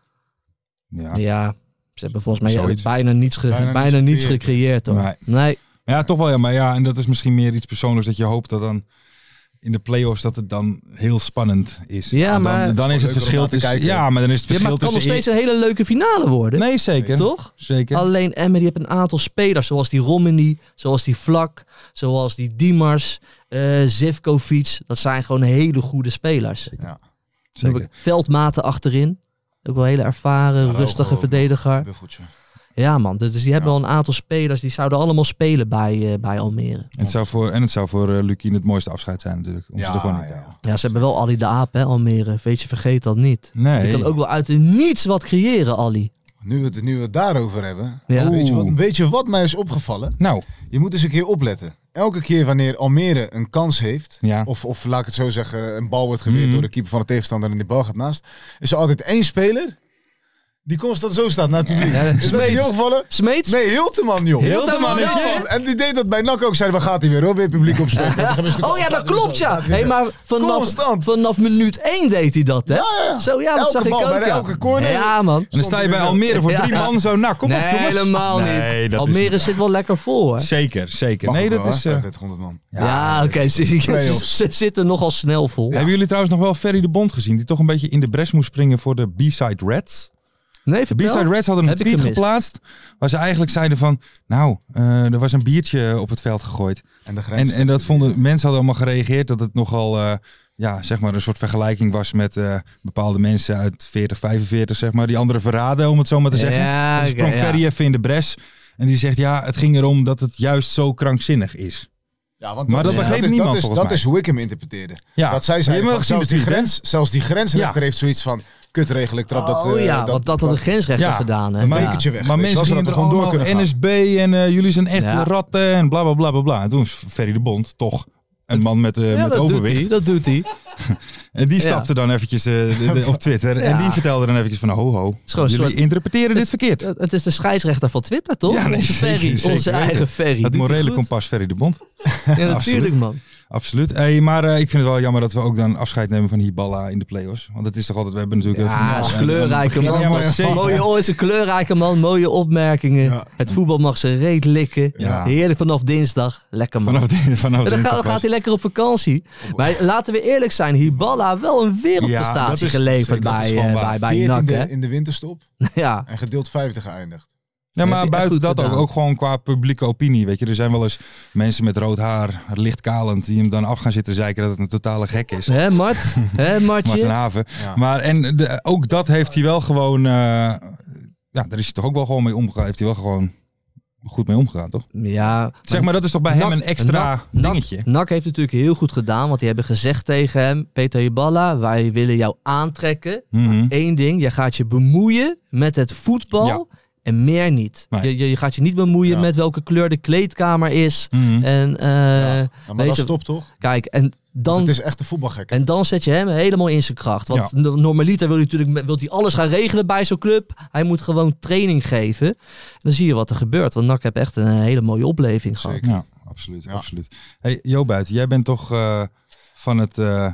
Ja.
Ja, ze hebben volgens mij
Zoiets.
bijna niets, ge-
Bijna
bijna
niets
niets gecreëerd hoor.
Nee.
Nee.
Maar ja, toch wel. Ja, maar ja, en dat is misschien meer iets persoonlijks dat je hoopt dat dan in de play-offs dat het dan heel spannend is.
Ja,
En dan,
maar-
dan is het
Leuker om
verschil
naar te
tussen.
kijken.
Ja, maar dan is het
Ja, maar
verschil
het kan nog
tussen.
steeds een hele leuke finale worden.
Nee, zeker.
Toch?
Zeker.
Alleen Emmen die heeft een aantal spelers, zoals die Romani, zoals die Vlak, zoals die Diemers, eh Zivkovic. Dat zijn gewoon hele goede spelers. Dan heb
zeker.
ik Veldmaten achterin. Ook wel een hele ervaren,
Araujo.
rustige verdediger.
Buffeltje.
Ja man, dus die hebben wel een aantal spelers. Die zouden allemaal spelen bij, eh, bij Almere.
En het zou voor, en het zou voor eh, Lukien het mooiste afscheid zijn natuurlijk. Om ze er gewoon in te halen.
Ja, ze hebben wel Ali de Aap, hè, Almere. Weet je, vergeet dat niet.
Nee.
Die kan ook wel uit de niets wat creëren, Ali.
Nu we, het, nu we het daarover hebben.
Ja.
Weet, je wat,
Oeh.
weet je wat mij is opgevallen?
Nou,
Je moet eens een keer opletten. Elke keer wanneer Almere een kans heeft,
Ja.
of, of laat ik het zo zeggen, een bal wordt geweerd
Mhm.
door de keeper van de tegenstander en die bal gaat naast, is er altijd één speler die constant zo staat naar het publiek.
Ja, dat is
is dat je
Smeets.
opgevallen?
Smeets?
Nee, Hilteman, joh.
Hilteman,
Ja,
ja.
man. En die deed dat bij NAC ook. Zeiden, waar gaat hij weer? Hoor, weer publiek opsteken.
Oh ja, dat klopt ja. Hey, maar vanaf,
Constant.
vanaf minuut 1 deed hij dat, hè?
ja.
Zo ja, dat
Elke
zag ik
bal
ook.
bij de
ja.
elke corner.
Ja, man.
en dan sta je bij
Ja.
Almere voor drie man zo. Nou, kom
nee,
op jongens.
helemaal niet.
Nee, dat is
Almere
niet-
zit wel lekker vol, hè?
Zeker, zeker. Nee, dat is... eh,
100 man.
Ja, oké. ze, ze,
Playoffs.
ze zitten nogal snel vol.
Hebben jullie trouwens nog wel Ferry de Bond gezien? Die toch een beetje in de bres moest springen voor de B-side Reds?
Nee,
De B-Side
vertel.
Reds hadden een
Heb ik
tweet
gemist.
geplaatst waar ze eigenlijk zeiden van, nou, eh, er was een biertje op het veld gegooid.
En, de grens
En, en dat vonden mensen hadden allemaal gereageerd dat het nogal, eh, ja, zeg maar een soort vergelijking was met eh, bepaalde mensen uit 40, 45, zeg maar, die anderen verraden, om het zo maar te zeggen.
Ja,
Dus
oké,
sprong
ja.
Ferry even in de bres en die zegt, ja, het ging erom dat het juist zo krankzinnig is.
Ja, want
Maar dat
is-
begreep
is-
niemand
dat is,
volgens
dat
mij.
is hoe ik hem interpreteerde.
Ja,
Dat zij
Maar je
zeiden,
hebt
van,
wel
zelfs,
gezien de
die
tweet, hè?
grens, zelfs die grensrechter
Ja.
heeft zoiets van... Kutregel, ik trap dat...
oh
eh,
ja, want dat had de grensrechter
Ja,
gedaan, hè?
een
Ja.
bekertje weg.
Maar
Weet je,
mensen
als we
gingen
dat
er
gewoon door
allemaal
kunnen gaan.
NSB en eh, jullie zijn echt
Ja.
ratten en bla bla bla bla bla. En toen is Ferry de Bond toch een man met, eh,
Ja,
met
dat
overwicht.
doet hij. Dat doet hij.
En die
Ja.
stapte dan eventjes eh, de- de- op Twitter. En
Ja.
die vertelde dan eventjes van, ho ho,
is gewoon
jullie
een soort-
interpreteren dit verkeerd.
Het het is de scheidsrechter van Twitter, toch?
Ja, nee,
onze
zeker,
Ferry,
zeker
onze
weten.
eigen Ferry.
Het
Doet hij
morele
goed?
kompas Ferry de Bond.
Ja,
Absoluut.
natuurlijk, man.
Absoluut. Hey, maar eh, ik vind het wel jammer dat we ook dan afscheid nemen van Hiballa in de play-offs. Want het is toch altijd, we hebben natuurlijk... heel
Ja,
veel-
is een
en-
kleurrijke
en-
man.
Ja, maar zeker.
Mooie oor is een kleurrijke man. Mooie opmerkingen. Het voetbal mag zijn reet likken.
Ja.
Heerlijk vanaf dinsdag. Lekker man.
Vanaf, de- vanaf
en dan
dinsdag
gaat,
pas.
gaat hij lekker op vakantie. Maar laten we eerlijk zijn. Hiballa wel een
Ja, dat
wereldprestatie
is-
geleverd
dat is
bij,
gewoon
eh,
waar.
bij, bij NAC. Hè?
14e in de winterstop
Ja.
en gedeeld 50 geëindigd.
Ja,
Heeft
maar
hij
buiten
echt goed
dat ook,
gedaan.
ook gewoon qua publieke opinie. Weet je, er zijn wel eens mensen met rood haar, lichtkalend, die hem dan af gaan zitten zeiken dat het een totale gek is.
Hé Mart? Hé
Martin
Martje?
Haven. Maar en de- ook dat heeft hij wel gewoon. eh, ja, daar is hij toch ook wel gewoon mee omgegaan. Heeft hij wel gewoon goed mee omgegaan, toch?
Ja.
Zeg maar, dat is toch bij hem
Nak-
een extra
Nak- Nak-
dingetje.
NAC heeft natuurlijk heel goed gedaan. Want die hebben gezegd tegen hem. Peter Hiballa, wij willen jou aantrekken.
Mhm.
Eén ding, je gaat je bemoeien met het voetbal
Ja.
en meer niet.
Nee.
Je, je, je gaat je niet bemoeien
Ja.
met welke kleur de kleedkamer is.
Mhm.
En eh,
Ja, maar
weet
dat
je-
stopt toch? Want
kijk, en dan,
het is echt een voetbalgek.
en dan zet je hem helemaal in zijn kracht. Want
Ja.
no- normaliter wil hij natuurlijk met- wil hij alles gaan regelen bij zo'n club. Hij moet gewoon training geven. En dan zie je wat er gebeurt. Want NAC heb echt een hele mooie opleving gehad.
Zeker.
Ja, absoluut.
Ja.
absoluut. Hey, Jo Buiten, jij bent toch eh, van het eh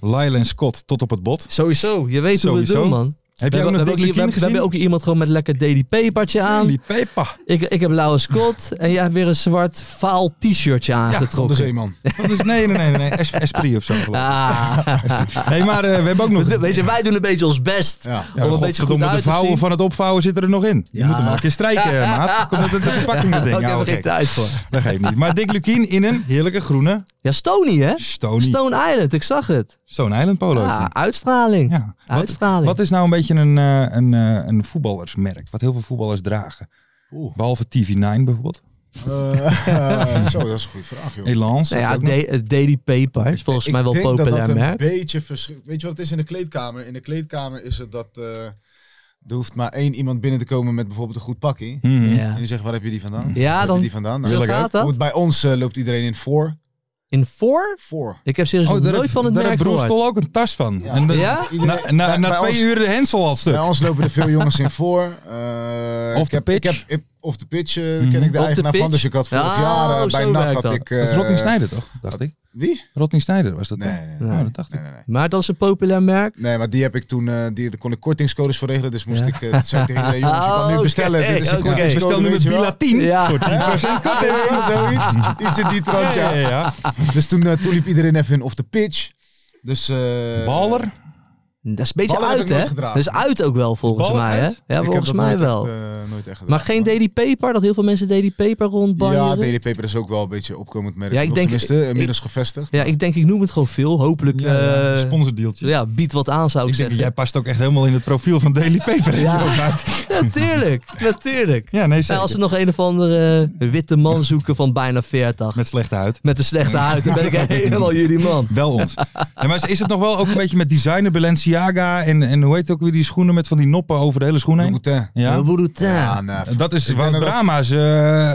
Lyle en Scott tot op het bot.
Sowieso, je weet hoe we het
Sowieso.
doen, man.
Heb
We
jij ook
hebben,
nog
we,
Dick
hebben ook, hier- we
Lukien
hebben- we hebben
gezien?
ook hier iemand gewoon met een lekker DDP-partje aan.
Die Pepa.
Ik, ik heb blauwe Scott en jij hebt weer een zwart faal t-shirtje
Van de
aangetrokken.
zeeman.
Dat is, nee, nee, nee, nee. nee. Es- Esprit of zo geloof ik.
ah.
Nee, maar eh, we hebben ook nog...
Weet je, wij doen een beetje ons best.
Ja.
Ja,
om een beetje goed
godverdomme,
uit
de
te zien.
vouwen van het opvouwen zitten er nog in. Je moet hem wel een keer strijken, maat. Komt het uit de verpakking, dat ding.
Daar
ouwe
hebben we geen
Nou, gek.
tijd voor.
Dat geeft niet. Maar Dick Lukien in een heerlijke groene
Ja, Stony Ah, hè?
Stony.
Stone Island, ik zag het.
Stone Island polo.
Ja, uitstraling.
Ja. Wat,
Uitstraling.
wat is nou een beetje een, eh, een, eh, een voetballersmerk? Wat heel veel voetballers dragen. Behalve TV9 bijvoorbeeld.
Eh, eh, zo, dat is een goede vraag, joh.
Elance.
Nou ja,
ook nog.
D- het Daily Paper is volgens
Ik
mij wel
denk dat dat
populair
een
merk.
beetje verschil. Weet je wat het is in de kleedkamer? In de kleedkamer is het dat eh, er hoeft maar één iemand binnen te komen met bijvoorbeeld een goed pakkie.
Mhm.
Ja.
En die zegt, waar heb je die vandaan?
Ja,
Waar heb
dan-
je die vandaan? Nou,
Zo
Wil ik
gaat
ook.
dat.
Goed, bij ons eh, loopt iedereen in voor.
In voor?
Voor.
Ik heb serieus
Oh,
nog
daar
nooit
heb-
van het
daar
merk
heeft
gehoord.
Broestel ook een tas van.
Ja.
En dat-
Ja?
Iedereen-
Na, na,
bij-
na
bij
twee
ons-
uur de Hensel al stuk.
Bij ons lopen er veel jongens in voor. Eh,
Of
ik
de
heb,
pitch.
Ik heb, ik- of de pitch eh,
Mhm.
ken ik de
Of de
eigenaar
pitch.
van. Dus ik had vorig
Oh,
jaar eh,
zo
bij NAC
werkt
had
dat.
ik...
Dat is
eh,
Rodney Snijder toch? Dacht ik.
Wie?
Rodney Snijder was dat
Nee,
toch?
nee, nee.
Ja, dat dacht ik.
Nee, nee, nee.
Maar dat is een populair merk.
Nee, maar die heb ik toen, eh, die, daar kon ik kortingscodes voor regelen. Dus moest
Ja. Oh,
ik, eh, toen zei ik tegen iedereen, jongens, je kan nu
Oké,
bestellen. Dus Dit is een
oké.
kortingscode,
Bestel nu
weet
met
je wel.
Bila 10.
Ja.
Voor 10%
Weet je wel, zoiets. Iets in die
Ja,
trant,
ja,
ja.
ja.
Dus toen, eh, toen liep iedereen even in off the pitch. Dus, eh,
Baller.
Dat is een beetje
Ballen heb
uit,
ik nooit
hè?
gedragen.
Dat is uit ook wel, volgens
Ballen
mij, hè?
uit?
Ja,
ik heb
volgens
dat
mij
nooit
wel.
echt, eh, nooit echt
maar
gedaan,
geen
hoor.
Daily Paper, dat heel veel mensen Daily Paper
Ja,
rondbanjeren.
Daily Paper is ook wel een beetje opkomend merk.
Ja,
Ja,
ik
ik
denk-
Tenminste, eh, inmiddels gevestigd.
Ja, ik denk, ik noem het gewoon veel. Hopelijk,
Ja, ja,
eh,
Sponsordeeltje.
ja, biedt wat aan, zou ik,
Ik denk,
zeggen.
jij past ook echt helemaal in het profiel van Daily Paper. Ja,
Natuurlijk, natuurlijk.
ja nee,
Ja,
zeker.
als ze nog een of andere eh, witte man zoeken van bijna 40.
Met slechte huid.
Met een slechte huid, dan ben ik helemaal jullie man.
Wel ons. Ja, maar is- is het nog wel ook een beetje met designer Balenciaga en, en hoe heet ook weer die schoenen met van die noppen over de hele schoen heen?
Louboutin.
Ja,
Boeroetin.
Ja, nou,
Eh, dat is
Ik
Wout
denk dat-
Brama's, eh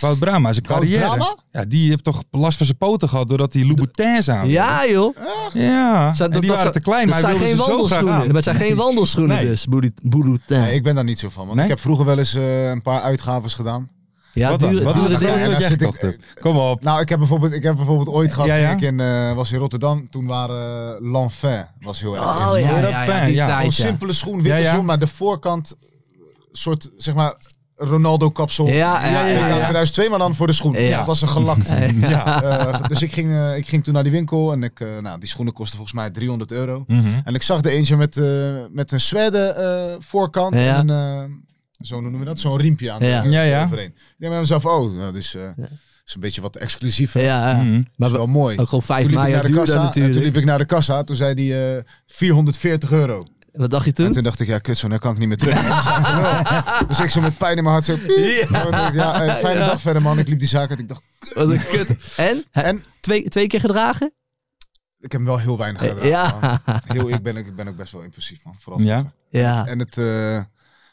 Wout Brama's carrière.
Brama?
Ja, die heeft toch last van zijn poten gehad doordat hij Louboutins aan.
Ja, joh.
nou, ja.
Zijn-
en die
dat-
waren
dat-
te klein,
dat
maar hij wilde ze
zijn geen
zo graag
wandelschoenen.
aan.
Maar het zijn geen wandelschoenen
Nee.
dus, Boeroet- Boeroetin.
Nee, ik ben daar niet zo van. Want
Nee?
ik heb vroeger wel eens eh, een paar uitgaves gedaan.
ja,
Wat dan?
dure-
Wat is
dure
het
ja,
dingen.
grootste
ja,
wat jij
daar zit ik-
gekocht hebt? Kom op.
Nou, ik heb bijvoorbeeld, ik heb bijvoorbeeld ooit gehad,
Ja, ja.
ging ik in, eh, was in Rotterdam, toen waren eh, Lanvin was heel erg. in.
Oh ja,
dat
ja, ja,
fijn,
die
ja.
tijd,
Gewoon
ja.
simpele schoen, witte
Ja, ja.
schoen, maar de voorkant eh, soort, zeg maar, Ronaldo kapsel.
Ja, ja, ja, ja, ja.
2002, maar dan voor de schoen.
Ja.
Ja. Het was een gelakt.
Ja.
Eh, dus ik ging, eh, ik ging toen naar die winkel en ik, eh, nou, die schoenen kosten volgens mij 300 euro.
Hm.
Mhm.
En ik zag de eentje met, eh, met een zwerde eh, voorkant
Ja.
en een, eh, zo'n, hoe noem je dat, zo'n riempje aan
Ja.
de,
Ja, ja.
overheen. Ik denk bij mezelf, oh, nou, dat is, eh, is een beetje wat exclusiever.
Ja, ja.
Mhm.
Maar
Maar
is wel
we-
mooi.
ook gewoon 5
Hmm. Toen liep,
mei
ik naar de
duurder
kassa, en toen
natuurlijk.
liep ik naar de kassa, toen zei die eh 440 euro.
Wat dacht je
En
toen?
toen dacht ik, ja kut zo, dan kan ik niet meer terug. Dat zou ik wel. dus ik zo met pijn in mijn hart zo, piep.
Ja.
Zo, dacht ik, ja, eh, fijne dag verder man. Ik liep die zaak uit, ik dacht,
Wat een kut. En? Hè,
En?
Twee, twee keer gedragen?
ik heb hem wel heel weinig gedaan. man.
Eh, Ja.
Heel, ik, ben, ook- ik ben ook best wel impulsief man, vooral.
Ja.
Ja.
En het, eh,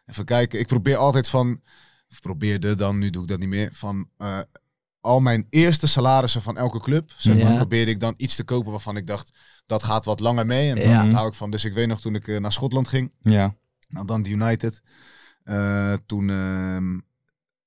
even kijken, ik probeer altijd van, of probeerde dan, nu doe ik dat niet meer, van eh, al mijn eerste salarissen van elke club, zeg maar,
Ja.
probeerde ik dan iets te kopen waarvan ik dacht, dat gaat wat langer mee en daar
Ja.
hou ik van. Dus ik weet nog toen ik eh, naar Schotland ging,
Ja.
nou dan de United, eh, toen... ehm,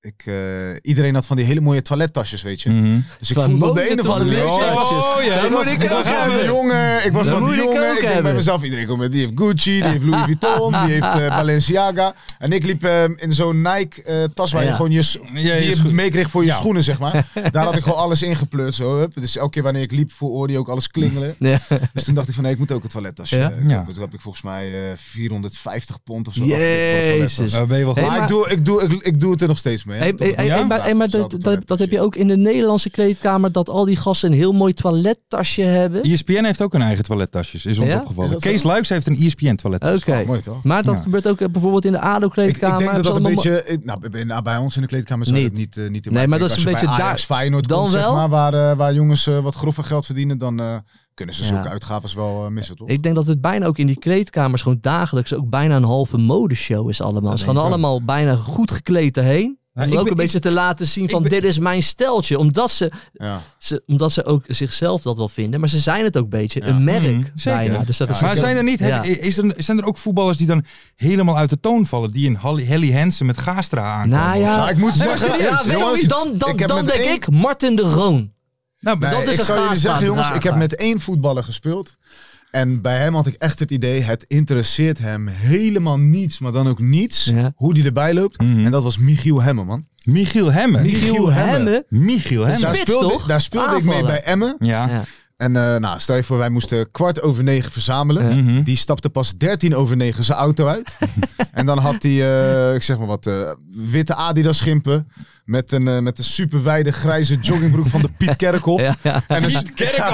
ik, eh, iedereen had van die hele mooie toilettasjes, weet je.
Mhm.
Dus ik
Van
voelde op de
mooie
een of andere
toilettasjes.
manier-
Oh, ja,
Ik
dat
was-
moet ik
ik
ook
was wel
hebben.
die jongen. Ik was
Dat
wel
moet
die
ik ook
jongen. Ik denk
hebben.
bij mezelf, iedereen komt met die heeft Gucci, die heeft Louis Vuitton, die heeft eh, Balenciaga. En ik liep eh, in zo'n Nike eh, tas waar
Ja.
je gewoon je, s- die
je
je
schoen-
meekreeg voor je
Ja.
schoenen, zeg maar. Daar had ik gewoon alles ingepleurd. Zo, hup. Dus elke keer wanneer ik liep, voor hoorde je ook alles klingelen.
Ja.
Dus toen dacht ik van, nee, ik moet ook een toilettasje
Ja?
eh, kopen.
Ja.
Toen heb ik volgens mij eh, 450 pond of zo. afgetikt voor een toilettas.
Jezus.
Nou, ben je wel
Dus- Hey,
Maar,
maar-
ik, doe, ik, doe, ik, ik doe het er nog steeds mee. hè.
Hey,
Tot
hey,
op-
hey,
Ja?
hey, maar, hey, maar
Ja,
dat,
dat-
dat, dat heb je ook in de Nederlandse kleedkamer, dat al die gasten een heel mooi toilettasje hebben.
ESPN heeft ook een eigen toilettasjes, is ons
Ja?
Is
opgevallen.
dat zo?
Kees Luiks heeft een E ESPN toilettas.
Oké.
Oh, mooi toch?
Maar dat
Ja.
gebeurt ook eh, bijvoorbeeld in de
Ik, ik
ADO-kleedkamer.
denk dat
Hebben ze
dat een
allemaal-
beetje... ik- Nou, bij, nou, bij ons in de kleedkamer zou
Niet.
dat niet, eh, niet in
Nee, maar
Ik
dat
denk,
is een
als je
beetje
bij Ajax,
daar-
Feyenoord
dan
komt, zeg
wel.
maar, waar, eh, waar jongens eh, wat grover geld verdienen, dan eh, kunnen ze
Ja.
zulke uitgaves wel eh, missen, toch?
Ik denk dat het bijna ook in die kleedkamers gewoon dagelijks ook bijna een halve modeshow is allemaal. Ze
denk
gaan
ik ook.
allemaal bijna goed gekleed erheen.
Nou,
om
ik
ook
ben-
een beetje te laten zien van
ben-
dit is mijn steltje. Omdat ze,
ja.
ze, omdat ze ook zichzelf dat wel vinden. Maar ze zijn het ook een beetje.
Ja.
Een merk
Mhm, zeker.
bijna. Dus dat is
Maar zijn er niet,
Ja.
is er, zijn er ook voetballers die dan helemaal uit de toon vallen? Die in Halli- Helly Hansen met Gaastra aankomen?
Nou ja.
Nou, ik moet
Nee, maar
zeggen,
serieus,
jongens,
dan dan,
ik heb
dan
met
denk
één-
ik Martin de Roon. Nou,
Nee,
dat is
ik
een
zou jullie
gaasbaan
zeggen, jongens, ik heb
draagbaar.
met één voetballer gespeeld. En bij hem had ik echt het idee, het interesseert hem helemaal niets, maar dan ook niets,
Ja.
hoe die erbij loopt.
Mhm.
En dat was Michiel Hemmen, man.
Michiel Hemmen.
Michiel Hemmen.
Michiel Hemmen.
Daar
Spits,
speelde,
toch?
daar speelde ik mee
Aanvallen.
bij Emmen.
Ja.
Ja.
En eh, nou, stel je voor, wij moesten kwart over negen verzamelen.
Mhm.
Die stapte pas 13 over 9 zijn auto uit. en dan had hij, eh, ik zeg maar wat, eh, witte Adidas schimpen. Met een, eh, met een superwijde grijze joggingbroek van de Piet Kerkhoff.
Ja, ja.
En een, Ja,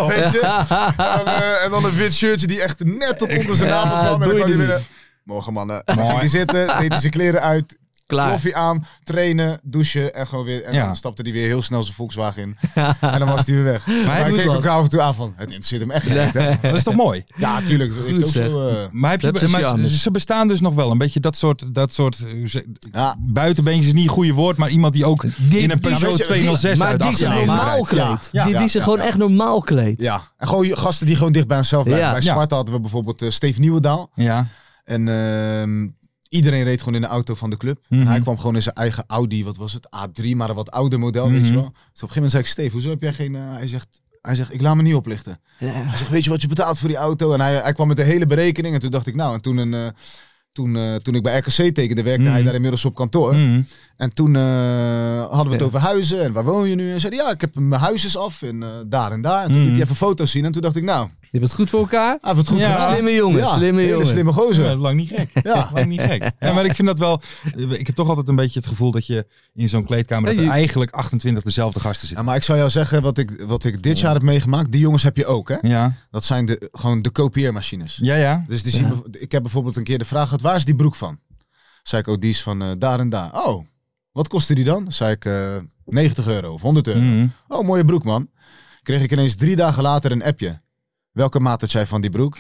weet je? En, eh, en dan een wit shirtje die echt net tot onder zijn
Ja,
naam kwam.
doe
En dan
je
kwam hij
niet.
binnen. Morgen mannen. En
Mooi.
dan ging hij zitten, deed hij zijn kleren uit,
Klaar.
koffie aan, trainen, douchen en gewoon weer. En
Ja.
dan stapte hij weer heel snel zijn Volkswagen in. En dan was hij weer weg. Maar
doet
hij keek
wat.
elkaar af en toe aan van, het interesseert hem echt niet. hè?
Dat is toch mooi?
Ja, tuurlijk. dat heeft
Goed
ook
zeg.
zo, eh,
Maar, heb je,
Dat is
maar
charme.
ze- ze bestaan dus nog wel. Een beetje dat soort... Dat soort eh, hoe ze-
ja.
buitenbeentjes is niet een goede woord, maar iemand die ook in een
nou,
Peugeot
weet je,
206
Maar
uit
die ze
98
normaal
rijdt.
kleedt.
Ja.
Die
Ja,
die ze
ja,
gewoon
ja.
echt normaal kleedt.
Ja, en gewoon je- gasten die gewoon dicht bij zichzelf blijven.
Ja.
Bij
Ja.
Sparta hadden we bijvoorbeeld eh, Steve Nieuwendaal.
Ja.
En ehm, iedereen reed gewoon in de auto van de club.
Mhm.
En hij kwam gewoon in zijn eigen Audi, wat was het? A3, maar een wat ouder model, weet
Mhm.
je wel. Dus op een gegeven moment zei ik, Steve, hoezo heb jij geen... eh, hij, zegt, hij zegt, ik laat me niet oplichten. Hij zegt, weet je wat je betaalt voor die auto? En hij, hij kwam met de hele berekening. En toen dacht ik, nou, en toen... Een, eh, toen, eh, toen ik bij RKC tekende, werkte
Mhm.
hij daar inmiddels op kantoor.
Mhm.
En toen eh, hadden we het
Ja.
over huizen en waar woon je nu? En zei hij, ja, ik heb mijn huis is af en eh, daar en daar. En toen
Mhm.
liet hij even foto's zien en toen dacht ik, nou, hij
Je hebt het goed voor elkaar.
heeft het goed
Ja.
gedaan.
Slimme jongen, slimme
hele
jongen.
slimme gozer.
Ja, lang niet gek.
Ja.
Lang niet gek. Ja, maar ik vind dat wel. Ik heb toch altijd een beetje het gevoel dat je in zo'n kleedkamer. dat er
Ja, je-
eigenlijk 28 dezelfde gasten
Ja,
zitten.
maar ik zou jou zeggen, wat ik, wat ik dit jaar heb meegemaakt, die jongens heb je ook, hè?
Ja,
Dat zijn de, gewoon de kopieermachines.
ja, ja.
Dus die zien, bev- ik heb bijvoorbeeld een keer de vraag gehad, waar is die broek van? Zei ik, oh, die is van eh, daar en daar. Oh, wat kostte die dan? Zei ik, eh, 90 euro of 100 euro.
Mhm.
Oh, mooie broek, man. Kreeg ik ineens drie dagen later een appje. Welke maat had jij van die broek?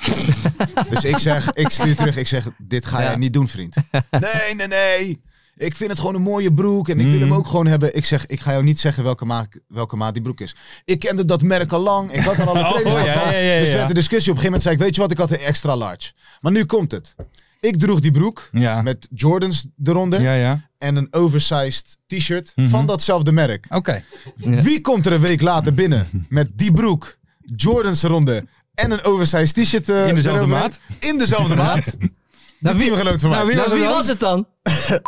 dus ik zeg, ik stuur terug, ik zeg, dit ga jij niet doen, vriend. Nee, nee, nee. Ik vind het gewoon een mooie broek en ik wil hem
Mm.
ook gewoon hebben. Ik zeg, ik ga jou niet zeggen welke maat, welke maat die broek is. Ik kende dat merk al lang. Ik had al alle
Oh,
trainers
ja,
gehad.
ja, ja,
Dus
ja.
werd de discussie op een gegeven moment. Zei ik, weet je wat, ik had een extra large. Maar nu komt het. Ik droeg die broek
Ja.
met Jordans eronder
Ja, ja.
en een oversized t-shirt
Mhm.
van datzelfde merk.
Oké.
Ja.
Wie komt er een week later binnen met die broek, Jordans ronde en een oversized t-shirt? eh,
In dezelfde
eroverheen?
maat?
In dezelfde maat. Nou, wie gelooft van mij?
Nou, wie-
Nou,
was
wie
het dan?
was het dan?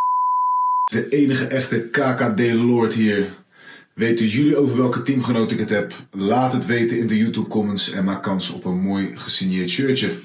De enige echte KKD-lord hier. Weten jullie over welke teamgenoot ik het heb? Laat het weten in de YouTube-comments en maak kans op een mooi gesigneerd shirtje.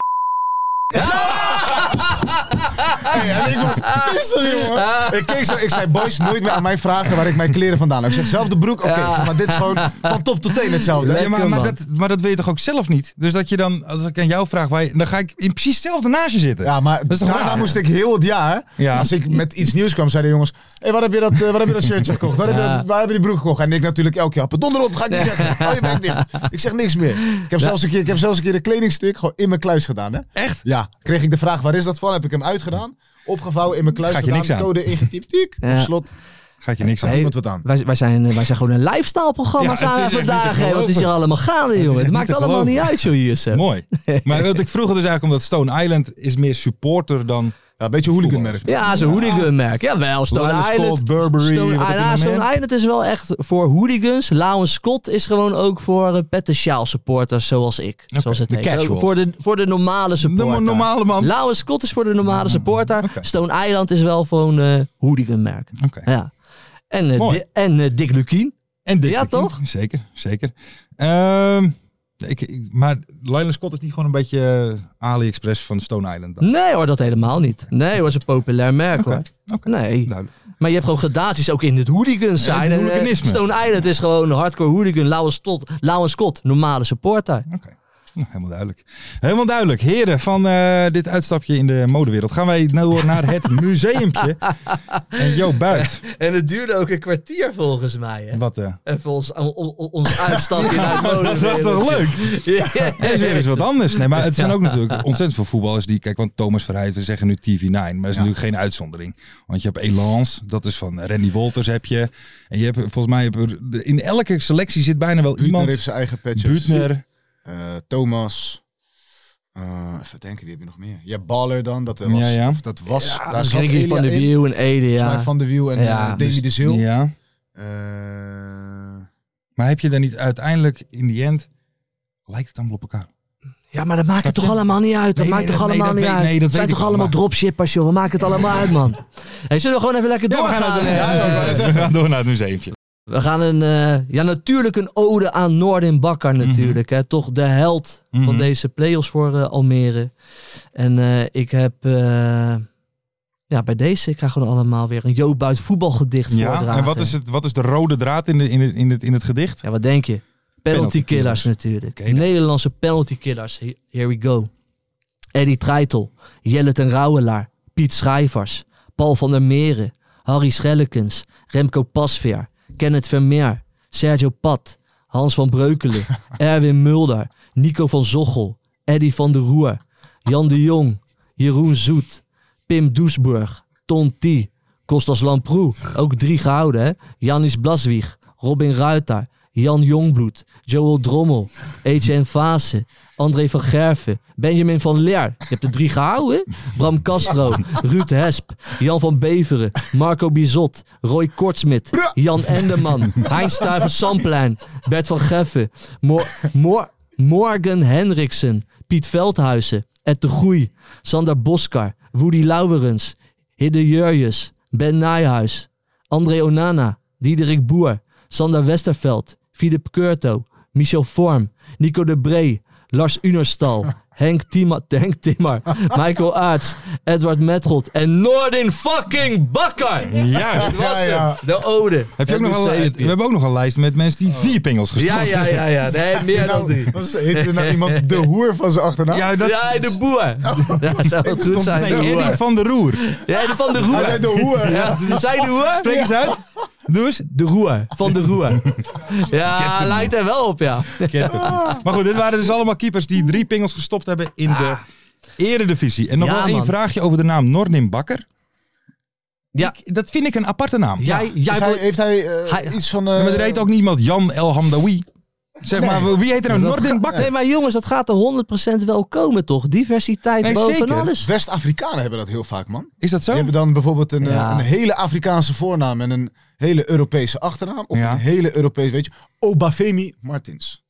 Hey, en ik was pissig, jongen. Ik keek zo, ik zei, boys, nooit meer aan mij vragen waar ik mijn kleren vandaan heb. Ik zeg, zelfde broek, oké.
Ja.
Ik zeg, maar dit is gewoon van top tot teen hetzelfde.
Ja, maar,
Lekker,
maar,
man.
Oh, dat, maar dat weet je toch ook zelf niet? Dus dat je dan, als ik aan jou vraag, waar je- dan ga ik in precies hetzelfde naast je zitten.
Ja, maar
Dat is toch
daarna
raar?
moest ik heel het jaar,
Ja.
als ik met iets nieuws kwam, zeiden de jongens, hey, waar, heb je dat, eh, waar heb je dat shirtje gekocht? Waar, heb je
Ja.
dat- waar heb je die broek gekocht? En ik natuurlijk elke keer, donder op, ga ik niet zeggen. Hou je bek dicht. Ik zeg niks meer. Ik heb, zelfs een keer, ik heb zelfs een keer een kledingstuk gewoon in mijn kluis gedaan. Hè?
Echt?
Ja. Kreeg ik de vraag, waar is dat van? Heb ik hem uitgedaan, opgevouwen in mijn kluis
Gaat je
gedaan,
niks aan.
code ingetypt, tiek,
Ja.
op slot.
Gaat je niks aan.
Hey,
Niemand wat aan.
Wij, wij, zijn, eh, wij zijn gewoon een lifestyle-programma
Ja,
zijn
het
wij
is echt niet
vandaag.
te
hè. Wat is hier
geloven.
allemaal gaande,
is
jongen?
echt
Het maakt
niet te
allemaal niet
geloven.
uit, joh, hier, Seb.
Mooi. Maar wat ik vroeger dus eigenlijk omdat Stone Island is meer supporter dan
Ja, een beetje hooliganmerk.
Ja, zo'n hooliganmerk. Jawel, Stone
Lyle
Island.
Scott, Burberry.
Stone,
wat heb je
ja,
nog
Stone
meer?
Island is wel echt voor hooligans. Lauwen Scott is gewoon ook voor uh, supporters zoals ik.
Oké,
zoals het
de
heet. Ook
casuals.
Voor de, voor de normale
De
supporter.
mo- normale man.
Lauwen Scott is voor de normale supporter.
Mm-hmm. oké.
Stone Island is wel voor een eh, hooliganmerk.
Oké.
Ja. En, eh,
Mooi.
Di- en eh, Dick Lukien.
En Dick
Ja,
Lukien.
toch?
Zeker, zeker. Ehm, ik, ik- maar Lyle Scott is niet gewoon een beetje eh, AliExpress van Stone Island. Dan.
Nee hoor, dat helemaal niet. Nee hoor, is een populair merk
Oké,
hoor.
oké.
Nee.
Duidelijk.
Maar je hebt gewoon gradaties ook in het hooligan
Ja,
zijn.
het
En, eh,
hooliganisme.
Stone Island is gewoon hardcore hooligan. Lauwe Scott, Lauwe Scott normale supporter.
Oké. Nou, helemaal duidelijk. Helemaal duidelijk. Heren, van eh, dit uitstapje in de modewereld gaan wij nu door naar het museumpje. En Jo Buit.
En het duurde ook een kwartier volgens mij. Hè?
Wat, eh,
Even ons, on, on- ons uitstapje naar het molen.
dat is toch leuk?
Ja.
Er is weer eens wat anders. Nee, maar het zijn ook natuurlijk ontzettend veel voetballers die... Kijk, want Thomas Verheid, we zeggen nu TV9. Maar dat is natuurlijk geen uitzondering. Want je hebt Elans, dat is van Randy Wolters heb je. En je hebt volgens mij... Heb er- de- in elke selectie zit bijna wel
Buutner
iemand...
heeft zijn eigen patches.
Buutner.
Eh, Thomas. Eh, even denken, wie heb je nog meer? Ja, Baller dan. Dat was,
Ja, ja.
of dat was daar
Dus
zat
Ricky
Elia
van de
in.
Wiel en Ede,
Volgens mij
ja.
Van eh, de Wiel en
Ja.
eh, Demi de Zil.
Ja.
Eh,
Maar heb je dan niet uiteindelijk in die end. lijkt het allemaal op elkaar?
Ja, maar dat maakt het toch allemaal niet uit. Dat
Nee,
maakt
nee,
toch
dat- nee,
allemaal
dat
niet
weet-
uit.
nee, dat
Het
weet
zijn
ik
toch
wel,
allemaal
maar-
dropshippers, joh. Maak het allemaal uit, man. Hey, zullen we gewoon even lekker
we, gaan
doorgaan?
naar,
Eh,
door naar het museumtje.
We gaan een, eh, ja, natuurlijk een ode aan Noordin Bakker natuurlijk. hè. Toch de held
Mhm.
van deze play-offs voor eh, Almere. En eh, ik heb eh, ja, bij deze, ik ga gewoon allemaal weer een Joop Buit voetbalgedicht
Ja,
voordragen.
en wat is, het, wat is de rode draad in, de, in, het, in, het, in het gedicht?
Ja, wat denk je? Penalty
Penalty
killers
killers.
natuurlijk.
Oké nou. dan.
Nederlandse penalty killers. He- Here we go. Eddie Treitel, Jelle ten Rauwelaar, Piet Schrijvers, Paul van der Meren, Harry Schellekens, Remco Pasveer, Kenneth Vermeer, Sergio Pat, Hans van Breukelen, Erwin Mulder, Nico van Zochel, Eddy van der Roer, Jan de Jong, Jeroen Zoet, Pim Doesburg, Ton T, Kostas Lamproe, ook drie gehouden hè, Janis Blaswieg, Robin Ruiter, Jan Jongbloed, Joel Drommel, Etienne Vase, André van Gerven, Benjamin van Leer. Je hebt er drie gehouden. hè? Bram Castro, Ruud Hesp, Jan van Beveren, Marco Bizot, Roy Kortsmit, Jan Enderman, Heinz Stuiver Samplein, Bert van Geffen, Mor- Mor- Morgan Henriksen, Piet Veldhuizen, Ed de Groei, Sander Boskar, Woody Lauwerens, Hidde Jurjes, Ben Nijhuis, André Onana, Diederik Boer, Sander Westerveld, Filip Keurto, Michel Vorm, Nico de Bree, Lars Unerstal, Henk, Tima, Henk Timmer, Michael Aarts, Edward Metrold en Noordin fucking Bakker!
Ja.
Dat was
Ja, ja.
hem, de ode.
Heb je ook
Het
nog wel,
museum.
we hebben ook nog een lijst met mensen die vier pingels
Ja,
gestoken
ja, ja, ja. Nee, meer dan die.
Was, heette nou iemand de hoer van zijn achternaam?
Ja, dat Oh.
Ja, de boer. Ja, zou het goed zijn.
nee,
de boer.
Eddie van der Roer.
Ja, de van de
Hij
roer.
zei de hoer.
Ja, zijn de hoer?
Spreek eens uit. Doe eens.
De roer. Van de roer. Ja, lijkt er wel op, ja.
Ketter. Maar goed, dit waren dus allemaal keepers die drie pingels gestopt hebben in de eredivisie. En nog
Ah. Ja,
wel één
man.
vraagje over de naam Nordin Bakker.
Ja.
Ik- dat vind ik een aparte naam.
Jij,
Dus
jij
hij,
wil-
heeft hij, eh,
Hij-
iets van... eh,
Ja, maar er heet ook niemand Jan El Hamdawi. Zeg maar, wie heet er nou
Dat
Nordin
ga-
Bakker?
Nee, maar jongens, dat gaat er 100% wel komen, toch? Diversiteit
Nee,
boven
zeker.
alles.
West-Afrikanen hebben dat heel vaak, man.
Is dat zo?
Die hebben dan bijvoorbeeld een, eh,
Ja.
een hele Afrikaanse voornaam en een hele Europese achternaam. Of
Ja.
een hele Europese, weet je, Obafemi Martins.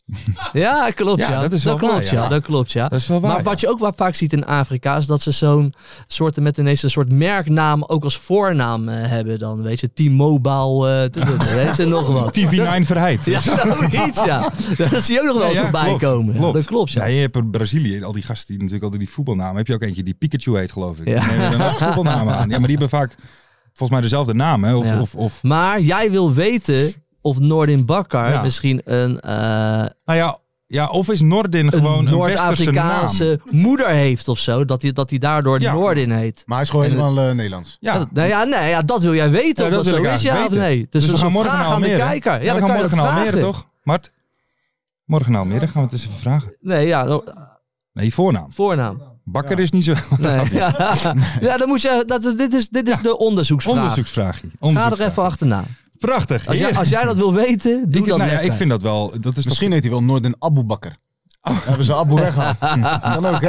Ja, klopt. Ja,
Ja, dat is wel
klopt,
waar,
ja.
ja.
Dat klopt, ja.
Dat is wel waar,
maar
ja.
wat je ook wel vaak ziet in Afrika is dat ze zo'n soort met ineens een soort merknaam ook als voornaam eh, hebben dan. Weet je, T-Mobile, eh, t- t- weet je, nog wat.
TV9 Verheid.
Ja, zoiets, ja. Dat zie je ook nog wel eens
Ja, ja,
voorbij
klopt,
komen. Ja,
klopt.
Dat klopt, ja.
Ja, je hebt in Brazilië al die gasten die natuurlijk altijd die voetbalnamen. Heb je ook eentje die Pikachu heet, geloof ik.
Ja.
Die nemen dan ook voetbalnamen aan. Ja, maar die hebben vaak volgens mij dezelfde naam. Hè? Of,
Ja.
of, of,
Maar jij wil weten of Noordin Bakker
Ja.
misschien een, eh,
nou ja, ja, of is Nordin
een
gewoon een westerse naam?
Noord-Afrikaanse moeder heeft of zo. Dat hij dat die daardoor
Ja.
Noordin heet.
Maar hij is gewoon
En-
helemaal eh, Nederlands.
Ja,
Ja, nou ja, nee, ja, dat wil jij weten.
Ja,
of
dat
dat,
wil
zo
ik
is, ja
eigenlijk
of
weten.
nee. Dus,
Dus
dat
we
is
gaan
een
morgen
vraag
naar
aan de
Almere.
kijker. Ja,
we
dan
gaan
kan je
morgen
dat
naar Almere,
vragen.
toch? Mart? Morgen naar Almere gaan we het eens even vragen.
Nee, ja, nou,
Nee, voornaam.
voornaam.
Bakker is niet zo...
Nee. Ja, ja, dan moet je, dat is, dit is, dit is de onderzoeksvraag.
Onderzoeksvraagje.
Ga er
Onderzoeksvraag.
even achterna.
Prachtig.
Als jij,
heerlijk.
als jij dat wil weten, doe
ik,
dat
nou ja,
lekker.
ik vind dat wel... Dat is
Misschien heet hij wel Noorden Abu Bakker.
Oh.
Hebben ze Abu weggehaald. Dan ook, hè?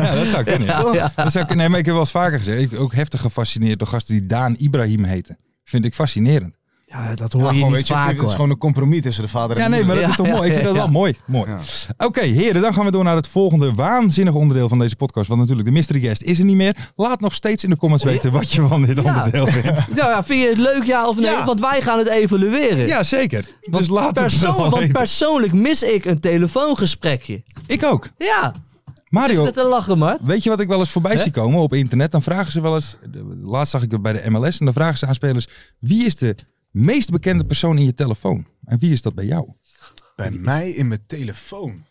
Ja, dat zou kunnen.
Ja,
toch?
ja.
Dat zou kunnen. Nee, maar ik heb wel eens vaker gezegd. Ik ben ook heftig gefascineerd door gasten die Daan Ibrahim heten. Vind ik fascinerend.
ja, dat hoor
Maar
je
gewoon,
niet
weet je,
vaak
het is
hoor.
gewoon een compromis tussen de vader en
Ja,
de
nee, maar
moeder.
dat is
Ja,
toch mooi. Ik vind dat
ja,
wel mooi. mooi.
Ja.
Oké, heren, dan gaan we door naar het volgende waanzinnige onderdeel van deze podcast. Want natuurlijk, de mystery guest is er niet meer. Laat nog steeds in de comments weten wat je van dit onderdeel vindt.
Nou Ja, ja, vind je het leuk, ja of nee?
Ja.
Want wij gaan het evalueren.
Ja, zeker. Dus laat het
Persoon,
wel
want
weten.
persoonlijk mis ik een telefoongesprekje.
Ik ook.
Ja, is
Mario,
met een lachen, maar.
weet je wat ik wel eens voorbij
Hè?
zie komen op internet? Dan vragen ze wel eens, laatst zag ik het bij de MLS, en dan vragen ze aan spelers, wie is de meest bekende persoon in je telefoon? En wie is dat bij jou?
Bij mij in mijn telefoon.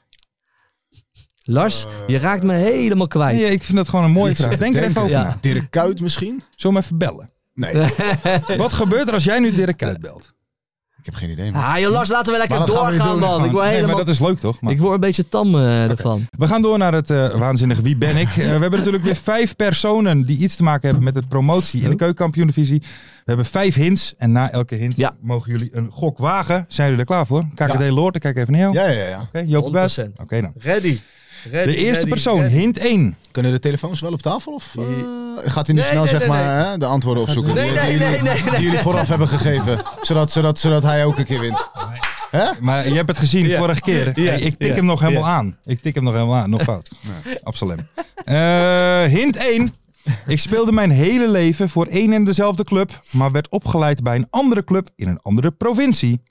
Lars, je raakt me helemaal kwijt.
Nee, ik vind dat gewoon een mooie vraag. Denk er even over
ja.
na.
Dirk Kuyt misschien?
Zullen we hem even bellen?
Nee,
Wat gebeurt er als jij nu Dirk Kuyt belt?
ik heb geen idee. man.
Ah, joh, Lars, laten we lekker
Maar dat gaan we
doorgaan,
niet doen,
man. Ik word
nee,
helemaal...
maar dat is leuk toch? Maar-
Ik word een beetje tam eh, ervan.
We gaan door naar het eh, waanzinnige Wie ben ik? Eh, we hebben natuurlijk weer vijf personen die iets te maken hebben met het promotie in de keukenkampioen-divisie. We hebben vijf hints en na elke hint
Ja.
mogen jullie een gok wagen. Zijn jullie er klaar voor? KKD Lord, ik kijk even naar jou.
Ja, ja, ja.
Oké, Joop de Buijs.
100%.
Oké dan.
Ready.
De eerste persoon, hint 1.
Kunnen de telefoons wel op tafel? Of eh, gaat hij nu
Nee,
snel
nee,
zeg
nee,
maar hè, de antwoorden opzoeken?
Nee,
die,
nee,
die
nee,
jullie-
nee, nee.
Die jullie vooraf hebben gegeven. Zodat, zodat, zodat hij ook een keer wint. Hè?
Maar je hebt het gezien
Ja.
vorige keer.
Ja.
Hey, ik tik
Ja.
hem nog helemaal
Ja.
aan. Ik tik hem nog helemaal aan. Nog fout. Absalem. Eh, hint 1. Ik speelde mijn hele leven voor één en dezelfde club, maar werd opgeleid bij een andere club in een andere provincie.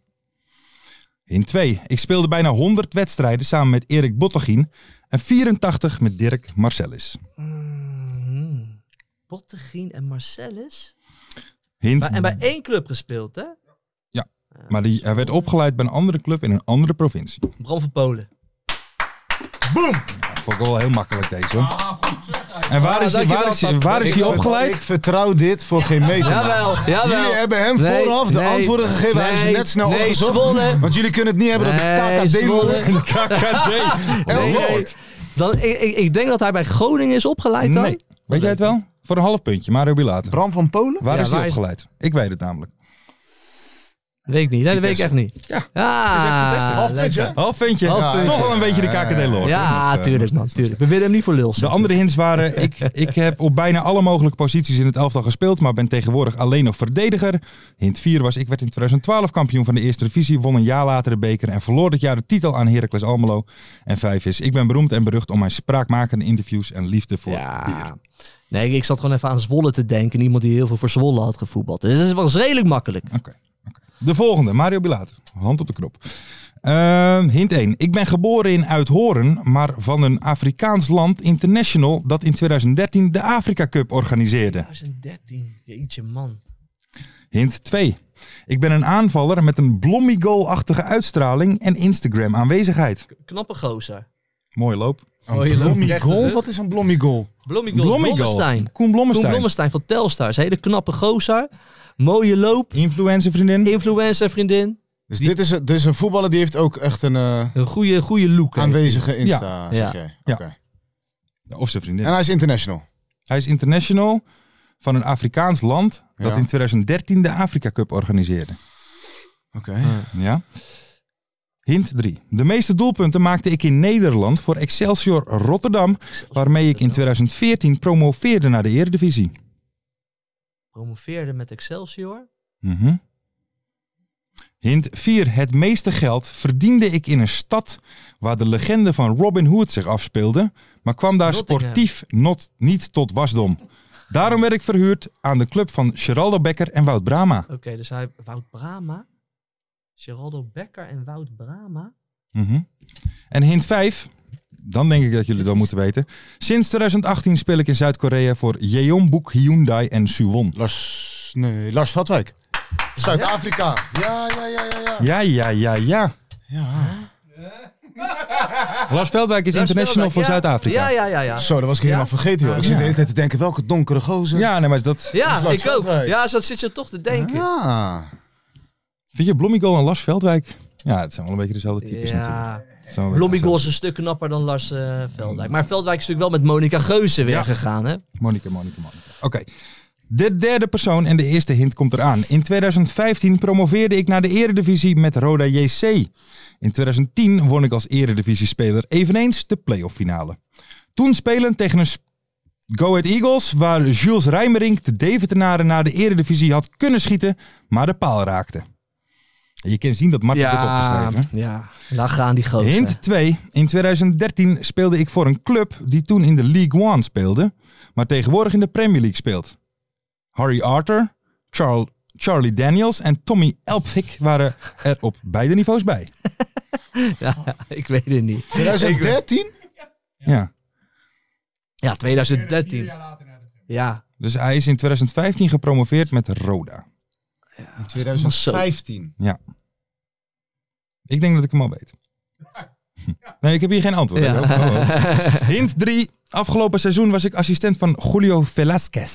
Hint 2. Ik speelde bijna 100 wedstrijden samen met Erik Bottegien en 84 met Dirk Marcellus.
Hmm. Bottegien en Marcellus.
Hint
Maar, en bij één club gespeeld, hè?
Maar die, hij werd opgeleid bij een andere club in een andere provincie.
Bram van Polen.
Dat vond ik wel heel makkelijk deze. hoor. en waar
Ah,
is, hij- waar
dankjewel,
is, hij- waar is
Ik
hij
ver-
opgeleid?
Ik vertrouw dit voor geen meter.
Jawel, jawel.
Jullie hebben hem
Nee,
vooraf de
nee,
antwoorden gegeven. Hij is
nee,
net snel
nee,
opgezocht.
Zwolle.
Want jullie kunnen het niet hebben
Nee,
dat de KKD
Zwolle.
wordt.
KKD.
Oh, Lord.
Dan, ik, ik, ik denk dat hij bij Groningen is opgeleid dan.
Nee. Weet jij het wel? Voor een half puntje, Mario Bilater.
Bram van Polen?
Waar
Ja,
is hij
waar is-
opgeleid? Ik weet het namelijk.
Weet ik niet. Nee, dat weet ik echt niet.
Ja.
Ja, Ah, lekker.
Half puntje.
Half puntje.
Toch wel een beetje de KKD lore. hoor.
ja
Dat, eh,
tuurlijk man, tuurlijk. We willen hem niet voor lul
De
zetten.
andere hints waren, ik, ik heb op bijna alle mogelijke posities in het elftal gespeeld, maar ben tegenwoordig alleen nog verdediger. Hint 4 was, ik werd in 2012 kampioen van de Eerste Divisie, won een jaar later de beker en verloor dit jaar de titel aan Heracles Almelo. En 5 is, ik ben beroemd en berucht om mijn spraakmakende interviews en liefde voor bier.
Ja. Ah. Nee, ik zat gewoon even aan Zwolle te denken. Iemand die heel veel voor Zwolle had gevoetbald. Dus dat was redelijk makkelijk.
Oké. oké. De volgende, Mario Bilater. Hand op de knop. Ehm, hint 1. Ik ben geboren in Uithoren, maar van een Afrikaans land international dat in 2013 de Afrika Cup organiseerde.
2013, jeetje man.
Hint 2. Ik ben een aanvaller met een blommie-goal-achtige uitstraling en Instagram aanwezigheid.
Knappe gozer.
Mooi loop.
Oh,
Een blommie goal? Wat is een blommie goal?
Blommigol,
Blommie-goal.
Blommestein.
Koen
Toen
Blommestein.
Blommestein van Telstar. Is een hele knappe gozer. Mooie loop.
Influencer vriendin.
Influencer vriendin.
Dus dit is, een- dit is een voetballer die heeft ook echt een eh,
Een goede, goede look. heeft
aanwezige Insta.
Ja.
zeg jij.
Ja.
Oké.
Of zijn vriendin.
En hij is international.
Hij is international van een Afrikaans land dat
Ja.
in 2013 de Afrika Cup organiseerde.
Oké.
Hmm.
Ja. Hint 3. De meeste doelpunten maakte ik in Nederland voor Excelsior Rotterdam, waarmee ik in 2014 promoveerde naar de Eredivisie.
hij. Promoveerde met Excelsior.
Mhm. Hint 4. Het meeste geld verdiende ik in een stad waar de legende van Robin Hood zich afspeelde, maar kwam daar
Nottingham.
sportief not, niet tot wasdom. Daarom werd ik verhuurd aan de club van Geraldo Becker en Wout Brama.
Oké, dus hij Wout Brama. Geraldo Becker en Wout Brama.
Mhm. En hint 5, dan denk ik dat jullie het wel moeten weten. Sinds 2018 speel ik in Zuid-Korea voor Jeonbuk Hyundai en Suwon.
Lars, nee, Lars Vatwijk. Zuid-Afrika. Ja, ja, ja, ja. ja.
Ja, ja, ja, ja. Lars Veldwijk is international voor
Ja.
Zuid-Afrika.
Ja, ja, ja, ja.
Zo, dat was ik helemaal vergeten, joh. Ik zit de hele tijd te denken, welke donkere gozer.
Ja, nee, maar dat...
Ja,
Lars
ik ook.
Veldwijk.
Ja, zo zit je toch te denken.
Ja.
Vind je Blommigol en Lars Veldwijk? Ja, het zijn wel een beetje dezelfde types natuurlijk.
Ja.
Het zijn wel een beetje
Lommigol is een stuk knapper dan Lars eh, Veldwijk. Maar Veldwijk is natuurlijk wel met Monica Geuze weer
Ja.
gegaan, hè?
Monika, Monika, Monika. Oké. De derde persoon en de eerste hint komt eraan. In 2015 promoveerde ik naar de Eredivisie met Roda JC. In 2010 won ik als Eredivisie-speler eveneens de playoff finale. Toen spelen tegen een sp- Go Ahead Eagles, waar Jules Rijmerink de Deventenaren naar de Eredivisie had kunnen schieten, maar de paal raakte. En Je kan zien dat Martin dit opgeschreven. hè?
ja. Daar gaan die gozer.
Hint 2. In 2013 speelde ik voor een club die toen in de League One speelde, maar tegenwoordig in de Premier League speelt. Harry Arthur, Charl- Charlie Daniels en Tommy Elphick waren er op beide niveaus bij.
Ik weet het niet.
2013?
Ja.
Ja, 2013. Ja.
Dus hij is in 2015 gepromoveerd met Roda.
In 2015.
Ik denk dat ik hem al weet. Nee, ik heb hier geen antwoord.
Ja.
Oh, oh, oh. Hint 3. Afgelopen seizoen was ik assistent van Julio Velasquez.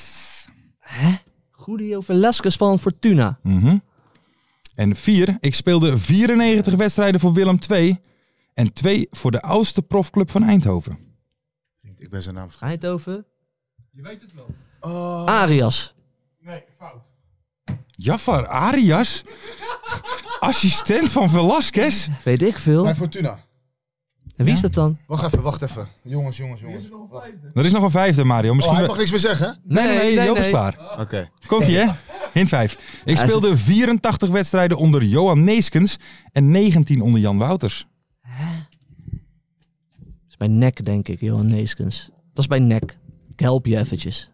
Julio Velasquez van Fortuna.
Mhm. En vier, ik speelde 94 wedstrijden voor Willem II en twee voor de oudste profclub van Eindhoven.
Ik ben zijn naam vergeten.
Eindhoven. Je weet het wel. Arias.
Jafar Arias, assistent van Velasquez.
Weet ik veel.
Fortuna.
En wie is dat dan?
Wacht even, wacht even. Jongens, jongens, jongens.
Er is nog een vijfde, Mario.
Oh,
Misschien
hij
wel-
mag niks meer zeggen?
Nee, nee, nee,
nee,
Joop is
nee.
klaar.
Oké.
Komt ie, hè? Hint 5. Ik speelde 84 wedstrijden onder Johan Neeskens en 19 onder Jan Wouters.
Dat is bij nek, denk ik, Johan Neeskens. Dat is bij nek. Ik help je eventjes.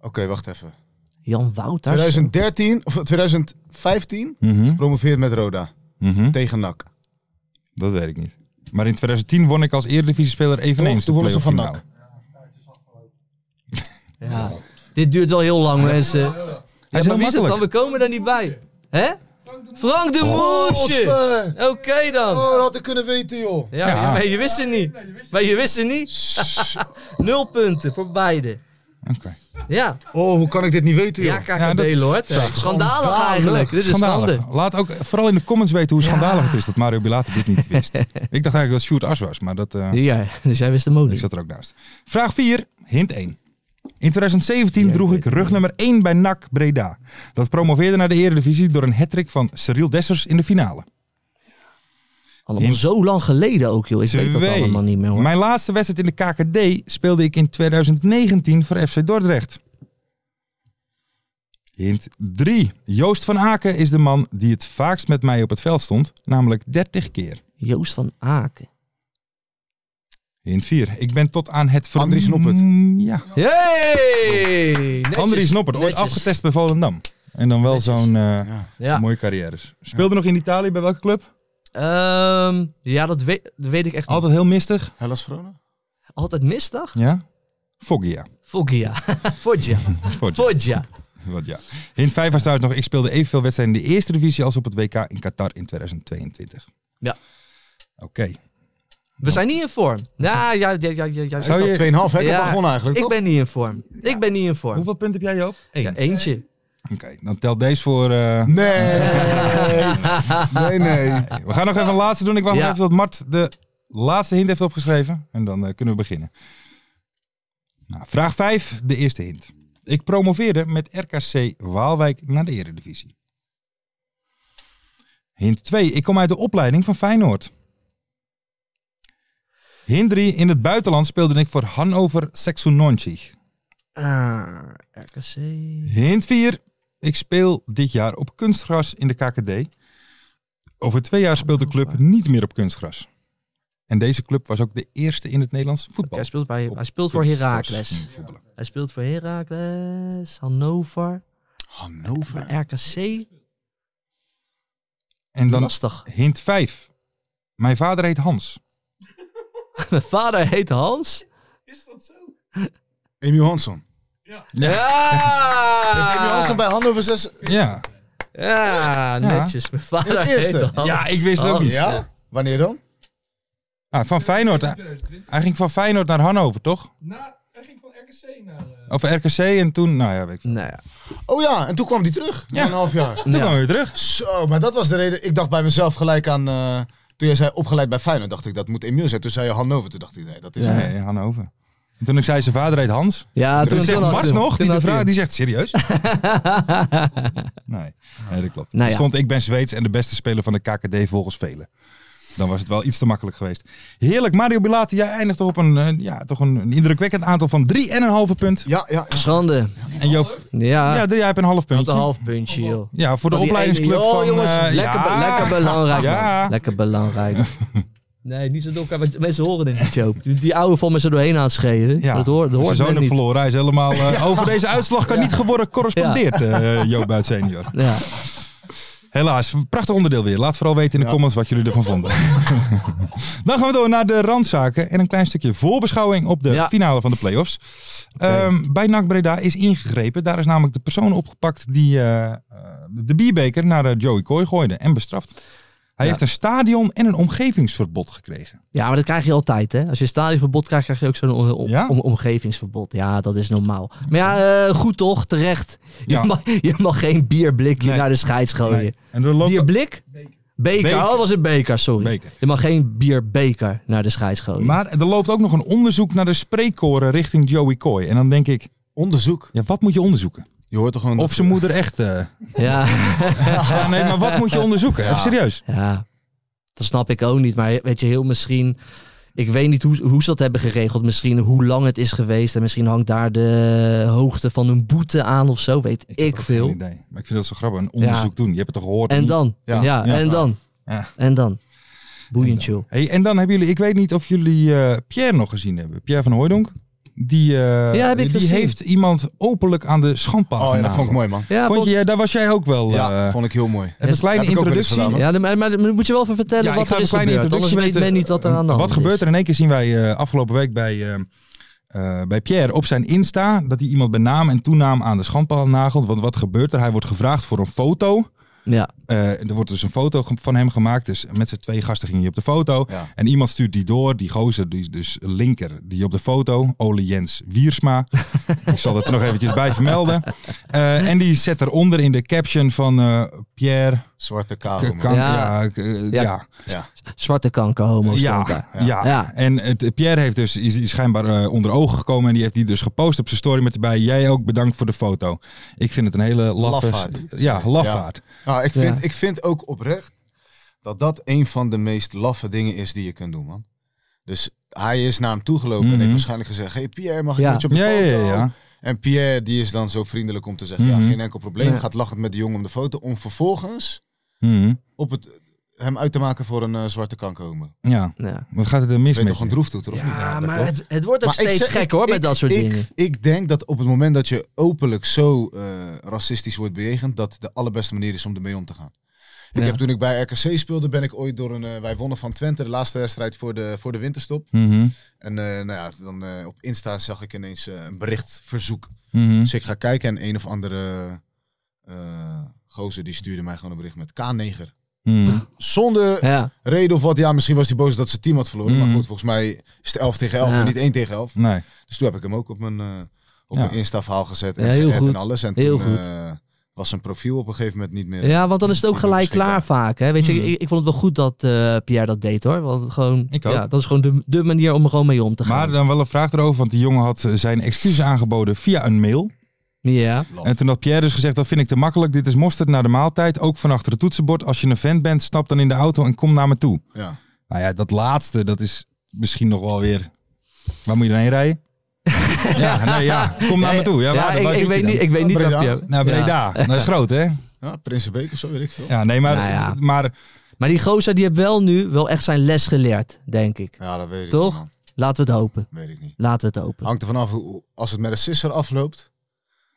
Oké, wacht even.
Jan Wouters.
2013 of 2015
Mhm,
promoveert met Roda
mhm.
tegen NAC.
Dat weet ik niet. Maar in 2010 won ik als Eredivisie-speler eveneens
Toen
de
wonnen ze
play-off
van
finale.
Ja. Dit duurt wel heel lang, mensen. Ja,
Hij is
maar
heel
wie is het dan?
makkelijk. Oh,
We komen daar niet bij. Hè? Frank de Moersje!
Godver.
Oké dan.
Oh, dat had ik kunnen weten, joh.
Ja,
Ja.
maar je wist het niet. Maar je wist het niet. Nul punten voor beide.
Oké.
Ja,
Oh, hoe kan ik dit niet weten, joh?
ja
Ja, dat-
KKD hoor. Schandalig eigenlijk. Dit is schande.
Schandalig. Laat ook vooral in de comments weten hoe
Ja.
schandalig het is dat Mario Bilater dit niet wist. ik dacht eigenlijk dat Sjoerd As was, maar dat... eh,
Ja, dus jij wist de mode.
Ik zat er ook naast. Vraag 4, hint 1. In 2017 droeg ik rug nummer 1 bij NAC Breda. Dat promoveerde naar de Eredivisie door een hattrick van Cyril Dessers in de finale.
Allemaal
In-
zo lang geleden ook, joh. Ik weet dat
Twee.
allemaal niet meer hoor.
Mijn laatste wedstrijd in de KKD speelde ik in 2019 voor FC Dordrecht. Hint 3. Joost van Aken is de man die het vaakst met mij op het veld stond, namelijk 30 keer.
Joost van Aken.
Hint 4. Ik ben tot aan het... ver- Mm,
Andries Noppert.
Ja,
Hey! Netjes.
Andries Noppert, ooit
Netjes.
afgetest bij Volendam. En dan wel
Netjes.
zo'n... eh,
Ja.
Mooie carrières. Speelde nog in Italië bij welke club?
Ehm, ja, dat weet, dat weet ik echt altijd,
Altijd heel mistig.
Hellas Verona?
altijd misdag.
Ja. Foggia.
Foggia. Foggia.
Foggia.
Foggia.
Wat ja. Hint 5 was trouwens nog, ik speelde evenveel wedstrijden in de eerste divisie als op het WK in Qatar in 2022.
Ja.
Oké.
We zijn niet in vorm. Ja, ja, ja, ja, ja, ja.
Hij
je-
staat 2,5, hè? Ik heb
Ja,
al gewonnen eigenlijk,
Ik
toch?
ben niet in vorm. Ik ben niet in vorm.
Hoeveel punten heb jij, Joop? Eén.
Ja, eentje.
Oké, dan telt deze voor... eh,
Nee. Nee, nee.
We gaan nog even een laatste doen. Ik wacht
Ja.
nog even tot Mart de laatste hint heeft opgeschreven. En dan eh, kunnen we beginnen. Nou, vraag 5, de eerste hint. Ik promoveerde met RKC Waalwijk naar de Eredivisie. Hint 2. Ik kom uit de opleiding van Feyenoord. Hint 3. In het buitenland speelde ik voor Hannover 96.
Ah, RKC.
Hint 4. Ik speel dit jaar op kunstgras in de KKD. Over twee jaar speelt de club niet meer op kunstgras. En deze club was ook de eerste in het Nederlands voetbal.
Hij speelt, bij,
Op
hij speelt voor
kunstgras
Heracles.
ging voetballen.
Hij speelt voor Heracles, Hannover,
Hannover.
RKC.
En dan
Lastig.
hint 5. Mijn vader heet Hans.
Mijn vader heet Hans.
Emu Hansson. Emu Hansson
Ja!
bij Hannover 6.
Ja.
Ja, netjes. Mijn
In
vader
het eerste.
heet Hans.
Oh, Ja, ik wist het ook niet.
Oh, Ja? Wanneer dan?
Ah, van Feyenoord. Hij- Hij ging van Feyenoord naar Hannover, toch? Of RKC en toen... Nou ja, weet ik veel.
Nou ja.
Oh ja, en toen kwam die terug. Ja. Een half jaar.
Toen
Ja.
kwam hij weer terug.
Zo, maar dat was de reden. Ik dacht bij mezelf gelijk aan... eh, toen jij zei opgeleid bij Feyenoord, dacht ik dat moet Emu zijn. Toen zei je Hannover. Toen dacht ik nee, dat is...
Ja.
Nee, Hannover. En toen ik zei zijn vader heet Hans.
Ja,
Toen zegt
had
Mart
hij hem.
nog,
Toen
die, de
had hij
vraag,
hem.
die zegt serieus? Nee, nee dat klopt.
Nou
Er
ja.
stond ik ben Zweeds en de beste speler van de KKD volgens velen. Dan was het wel iets te makkelijk geweest. Heerlijk, Mario Bilate, jij eindigt toch op een, eh, ja, toch een, een indrukwekkend aantal van 3,5 punt.
Ja, ja. ja.
Schande.
En Joop,
Ja,
ja, drie, jij hebt een half
dat Ah. een
puntje.
half puntje, joh.
Ja, voor de
Die
opleidingsclub
ene-
van...
Oh, jongens,
eh,
lekker, be-
ja.
lekker belangrijk,
Ja.
man. Lekker belangrijk. Nee, niet zo door elkaar, want mensen horen dit niet, Joop. Die- Die oude van me zo doorheen aan het schreeuwen.
Ja,
Dat hoort, dat
zijn
hoort
zoon
men
heeft
niet.
verloren. Hij is helemaal... eh, Over deze uitslag kan niet geworden correspondeert, eh, Joop Buit senior.
Ja.
Helaas, prachtig onderdeel weer. Laat vooral weten in de
Ja.
comments wat jullie ervan vonden. Dan gaan we door naar de randzaken en een klein stukje voorbeschouwing op de
Ja.
finale van de play-offs. Ehm, bij NAC Breda is ingegrepen. Daar is namelijk de persoon opgepakt die eh, eh, de bierbeker naar eh, Joey Kooi gooide en bestraft. Hij
Ja.
heeft een stadion en een omgevingsverbod gekregen.
ja, maar dat krijg je altijd, hè. Als je een stadionverbod krijgt, krijg je ook zo'n om- om-
Ja?
om- omgevingsverbod. Ja, dat is normaal. Maar ja, eh, goed toch, terecht. Je,
Ja.
mag, je mag geen bierblikje
Nee.
naar de scheids gooien.
Nee. En er loopt
Bierblik? Beker.
Beker.
Oh, dat was een beker, sorry.
Beker.
Je mag geen bierbeker naar de scheids gooien.
maar er loopt ook nog een onderzoek naar de spreekkoren richting Joey Kooi. En dan denk ik,
Onderzoek.
ja, wat moet je onderzoeken?
Je hoort toch gewoon...
Of zijn moeder echt... eh,
Ja.
Ja, nee, maar wat moet je onderzoeken? Even serieus.
ja. Dat snap ik ook niet. Maar weet je, heel misschien. Ik weet niet hoe, hoe ze dat hebben geregeld. Misschien hoe lang het is geweest. En misschien hangt daar de hoogte van een boete aan of zo. Weet ik,
heb ook geen
veel.
idee. Maar ik vind dat zo grappig. Een onderzoek doen. Je hebt het toch gehoord?
En
niet?
dan.
Ja.
Ja,
Ja.
en dan.
Ja.
En dan. Boeiend, joh.
Hey, en dan hebben jullie, ik weet niet of jullie eh, Pierre nog gezien hebben. Pierre van Hooijdonk. Die, eh,
Ja, heb ik
die
gezien.
heeft iemand openlijk aan de schandpaal
Oh ja, dat
genageld.
vond ik mooi, man.
Ja,
Vond
vond-
je, ja, daar was jij ook wel.
Ja,
eh,
vond ik heel mooi.
even een kleine
Heb ik ook wel eens
introductie.
gedaan, hoor.
Ja, de- maar, maar dan moet je wel even vertellen
Ja, ik
wat
ga
er is
even een kleine
gebeurd. Anders
introductie
weet men
weten.
niet wat er aan de hand
Wat
is.
gebeurt er? In één keer zien wij eh, afgelopen week bij, eh, eh, bij Pierre op zijn Insta dat hij iemand bij naam en toenaam aan de schandpaal nagelt. Want wat gebeurt er? Hij wordt gevraagd voor een foto.
Ja,
Eh, er wordt dus een foto ge- van hem gemaakt. Dus met z'n twee gasten ging hij op de foto.
Ja.
En iemand stuurt die door. Die gozer, die is dus linker, die op de foto. Ole Jens Wiersma. Ik zal dat er nog eventjes bij vermelden. Eh, en die zet eronder in de caption van eh, Pierre...
Zwarte
K-
kabel.
Kan-
Oh, man.
ja. k- eh,
Ja.
ja.
zwarte kanker, homo's.
Ja,
kanker.
ja.
Ja.
En het, Pierre heeft dus, is, is schijnbaar eh, onder ogen gekomen en die heeft die dus gepost op zijn story met erbij. Jij ook bedankt voor de foto. Ik vind het een hele laffe...
Lafaard.
Ja, lafaard.
Nou, ik,
Ja.
vind, ik vind ook oprecht dat dat een van de meest laffe dingen is die je kunt doen, man. Dus hij is naar hem toegelopen en
Mhm.
heeft waarschijnlijk gezegd... hey Pierre, mag ik
Ja.
met je op de
Ja, ja,
foto?
ja. ja.
En Pierre die is dan zo vriendelijk om te zeggen...
Mhm.
ja, geen enkel probleem.
Ja.
Gaat lachend met de jongen om de foto. Om vervolgens
Mhm.
op het, hem uit te maken voor een eh, zwarte kankerhomo.
ja.
Ja.
Wat gaat er mis
Ben je
mee?
toch een droeftoeter of niet?
Ja, maar het, het wordt ook
Maar ik
steeds
zeg-
gek
ik-
hoor, met
ik-
dat soort
ik,
dingen.
Ik denk dat op het moment dat je openlijk zo eh, racistisch wordt bejegend, dat de allerbeste manier is om ermee om te gaan. Ik
Ja.
heb toen ik bij RKC speelde, ben ik ooit door een. eh, wij wonnen van Twente de laatste wedstrijd voor de, voor de winterstop.
Mhm.
En eh, nou ja, dan eh, op Insta zag ik ineens eh, een berichtverzoek.
Hm.
Mhm.
Dus ik ga kijken en een of andere eh, gozer die stuurde mij gewoon een bericht met K-neger.
Mhm.
Zonder
Ja,
reden of wat. Ja, misschien was hij boos dat zijn team had verloren.
Mhm.
Maar goed, volgens mij is het 11 tegen 11,
Ja.
maar niet 1 tegen 11.
Nee.
Dus toen heb ik hem ook op mijn, eh, op
Ja.
mijn Insta-verhaal gezet. En
Ja, heel
geëd en
goed.
alles. En
Heel
toen
goed.
eh, was zijn profiel op een gegeven moment niet meer.
ja, Hmm. want dan is het ook
niet meer
gelijk
beschikbaar.
klaar vaak. Hè? Weet je, ik, ik vond het wel goed dat eh, Pierre dat deed hoor. Want gewoon,
Ik ook.
ja, dat is gewoon de, de manier om er gewoon mee om te gaan.
Maar dan wel een vraag erover, want die jongen had eh, zijn excuses aangeboden via een mail.
ja.
En toen had Pierre dus gezegd, dat vind ik te makkelijk. Dit is mosterd naar de maaltijd, ook van achter het toetsenbord. Als je een vent bent, stap dan in de auto en kom naar me toe.
Ja.
Nou ja, dat laatste, dat is misschien nog wel weer... Waar moet je dan heen rijden? ja, nee, ja, kom naar me toe. Ja, waar,
ik,
waar
ik
zit
weet
je dan?
niet, ik weet niet
Breda.
waar Pierre-
Naar
Ja.
Breda. Dat is groot, hè?
Ja, Prinsenbeek Ah, of zo, weet ik veel. Ja,
Ja, nee, maar,
Nou ja.
maar
Maar die gozer die heeft wel nu wel echt zijn les geleerd, denk ik.
dat weet ik
Toch?
niet. man.
Laten we het hopen.
Weet ik niet.
Laten we het hopen.
Hangt er vanaf hoe, als het met een sisser afloopt,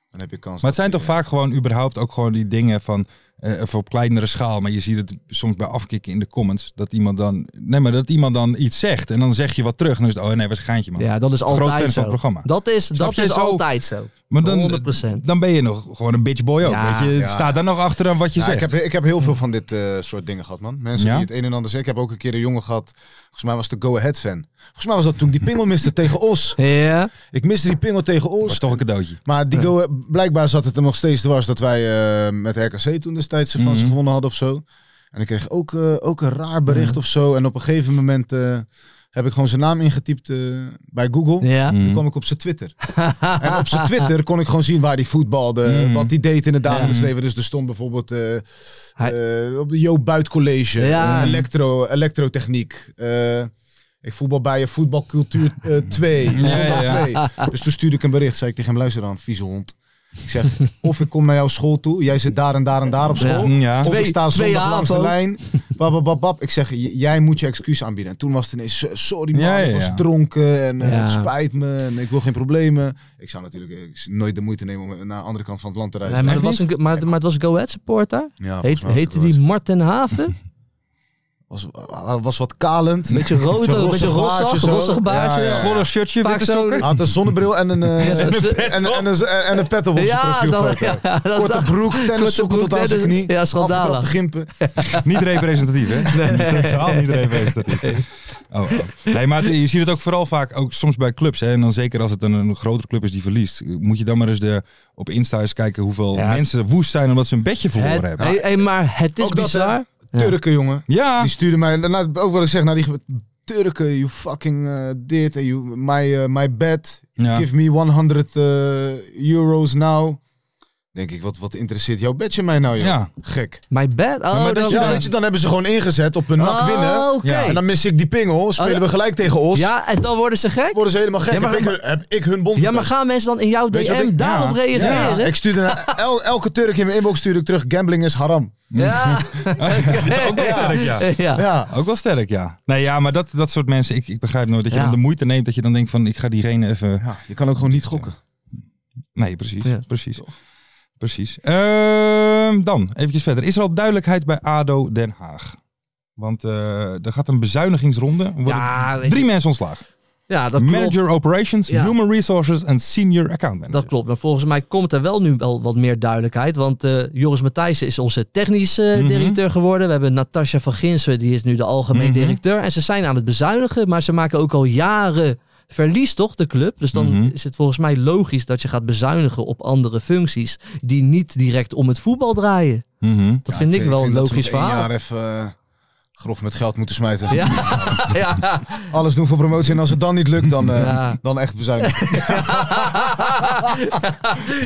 dan heb je kans.
Maar het zijn
dat eh,
toch
die,
vaak gewoon überhaupt ook gewoon die dingen van eh, of op kleinere schaal, maar je ziet het soms bij afkicken in de comments dat iemand dan nee, maar dat iemand dan iets zegt en dan zeg je wat terug en dan is het oh nee, was een geintje man.
Ja, dat is
Groot fan
altijd
van
zo.
het programma.
Dat is,
Snap
dat
je?
is
Zo-
altijd zo.
maar dan,
100%.
dan ben je nog gewoon een bitchboy ook,
Ja,
weet je.
ja.
Sta daar nog achter aan wat je
Ja, ik,
zegt.
heb, ik heb heel veel van dit eh, soort dingen gehad, man. Mensen
Ja?
die het een en ander zeggen. Ik heb ook een keer een jongen gehad. Volgens mij was het de Go Ahead fan. Volgens mij was dat toen ik die pingel miste tegen Os.
Ja,
Ik miste die pingel tegen Os.
was toch een cadeautje.
Maar die go, blijkbaar zat het er nog steeds dwars dat wij eh, met RKC toen destijds van
Mhm.
ze gewonnen hadden of zo. En ik kreeg ook, eh, ook een raar bericht
Mhm.
of zo. En op een gegeven moment eh, heb ik gewoon zijn naam ingetypt eh, bij Google.
ja.
Mhm.
Toen kwam ik op zijn Twitter. en op zijn Twitter kon ik gewoon zien waar hij voetbalde,
Mhm.
wat hij deed in het dagelijks
Ja.
leven. Dus er stond bijvoorbeeld eh,
Hij-
eh, op de Jo Buit College,
Ja.
eh, elektro, elektrotechniek. eh, ik voetbal bij je voetbalcultuur eh, 2.
Ja, ja, ja.
Dus toen stuurde ik een bericht. Zei ik tegen hem, luister dan, vieze hond. Ik zeg, of ik kom naar jouw school toe. Jij zit daar en daar en daar op school.
Ja.
Of ik
Twee-
sta
twee
zondag langs de
AVO.
lijn. Bab, bab, bab, bab. Ik zeg, j- jij moet je excuus aanbieden. En toen was het ineens, eh, sorry man,
Ja, ja,
ik was
ja.
dronken. En eh,
Ja.
het spijt me. En ik wil geen problemen. Ik zou natuurlijk eh, ik- nooit de moeite nemen om eh, naar de andere kant van het land te
Nee,
reizen.
maar, dat
Echt
was een, maar, maar het was een Go Ahead supporter.
Ja, volgens
Heet,
mij was
heette
het wel
die
eens.
Marten Haven?
Was, was wat kalend.
Beetje rood,
Zo'n
ook, beetje
rossig
rossig,
baasje zo.
rossig baasje.
Ja, ja, ja.
Gollig shirtje,
Vaak
witte
zo-
sokken.
Hij had een zonnebril en een, eh,
Ja,
en,
zo'n-
en, en, een- en een pet op zijn
Ja, dat-
profielfoto.
ja, dat
Korte
dacht-
broek, tennissokken
broek,
tot aan zijn
tennis-
knie.
ja, schandalig.
afgetrapte gimpen.
Niet representatief, hè? Totaal niet representatief. Oh, oh. Nee, maar het- je ziet het ook vooral vaak, ook soms bij clubs. Hè? En dan zeker als het een, een grotere club is die verliest. Moet je dan maar eens de, op Insta eens kijken hoeveel
Ja.
mensen woest zijn omdat ze een bedje verloren
Het-
hebben.
hey, hey, maar het is
Ook dat,
bizar.
hè? Turken, jongen.
Ja,
Die stuurde mij, nou, ook wat ik zeg, nou, die ge- Turken, you fucking eh, dit, en you, my, eh, my bed,
ja.
give me 100 eh, euros now. Denk ik, wat, wat interesseert jouw badge mij nou, joh?
Ja.
Gek.
My bad? Oh,
maar dat
dat
je
Ja,
dan-
weet je, dan hebben ze gewoon ingezet op een nak
Oh,
winnen.
oké.
En dan mis ik die pingel, spelen
Oh, ja.
we gelijk tegen Os.
Ja, en dan worden ze gek?
Worden ze dus helemaal gek.
Ja, maar-
heb, ik, hun- heb ik hun bond
Ja, maar
verpest.
gaan mensen dan in jouw
Weet je wat
DM
ik-
daarop
Ja.
Ja,
reageren? Ja,
ik stuurde naar el- elke Turk in mijn inbox stuurde ik terug, gambling is haram.
Ook wel sterk, ja.
ja.
Ja,
Ook wel sterk, ja. Nee, ja, maar dat, dat soort mensen, ik, ik begrijp nooit dat je
Ja.
dan de moeite neemt dat je dan denkt van, ik ga diegene even...
ja je kan ook gewoon niet gokken.
Nee, precies,
Ja.
precies. Precies. Ehm, dan, eventjes verder. Is er al duidelijkheid bij ADO Den Haag? Want eh, er gaat een bezuinigingsronde. Er worden
Ja, weet
drie
je-
mensen ontslagen.
ja, dat klopt.
Manager Operations,
Ja.
Human Resources en Senior Account Manager.
Dat klopt, maar volgens mij komt er wel nu wel wat meer duidelijkheid. Want eh, Joris Matthijssen is onze technisch eh,
Mhm.
directeur geworden. We hebben Natasja van Ginswe, die is nu de algemeen
Mhm.
directeur. En ze zijn aan het bezuinigen, maar ze maken ook al jaren verlies, toch, de club? Dus dan
Mhm.
is het volgens mij logisch dat je gaat bezuinigen op andere functies... die niet direct om het voetbal draaien.
Mhm.
Dat vind ik, wel een logisch verhaal.
jaar even eh, grof met geld moeten smijten.
Ja, ja.
Alles doen voor promotie en als het dan niet lukt, dan, eh,
Ja.
dan echt bezuinigen.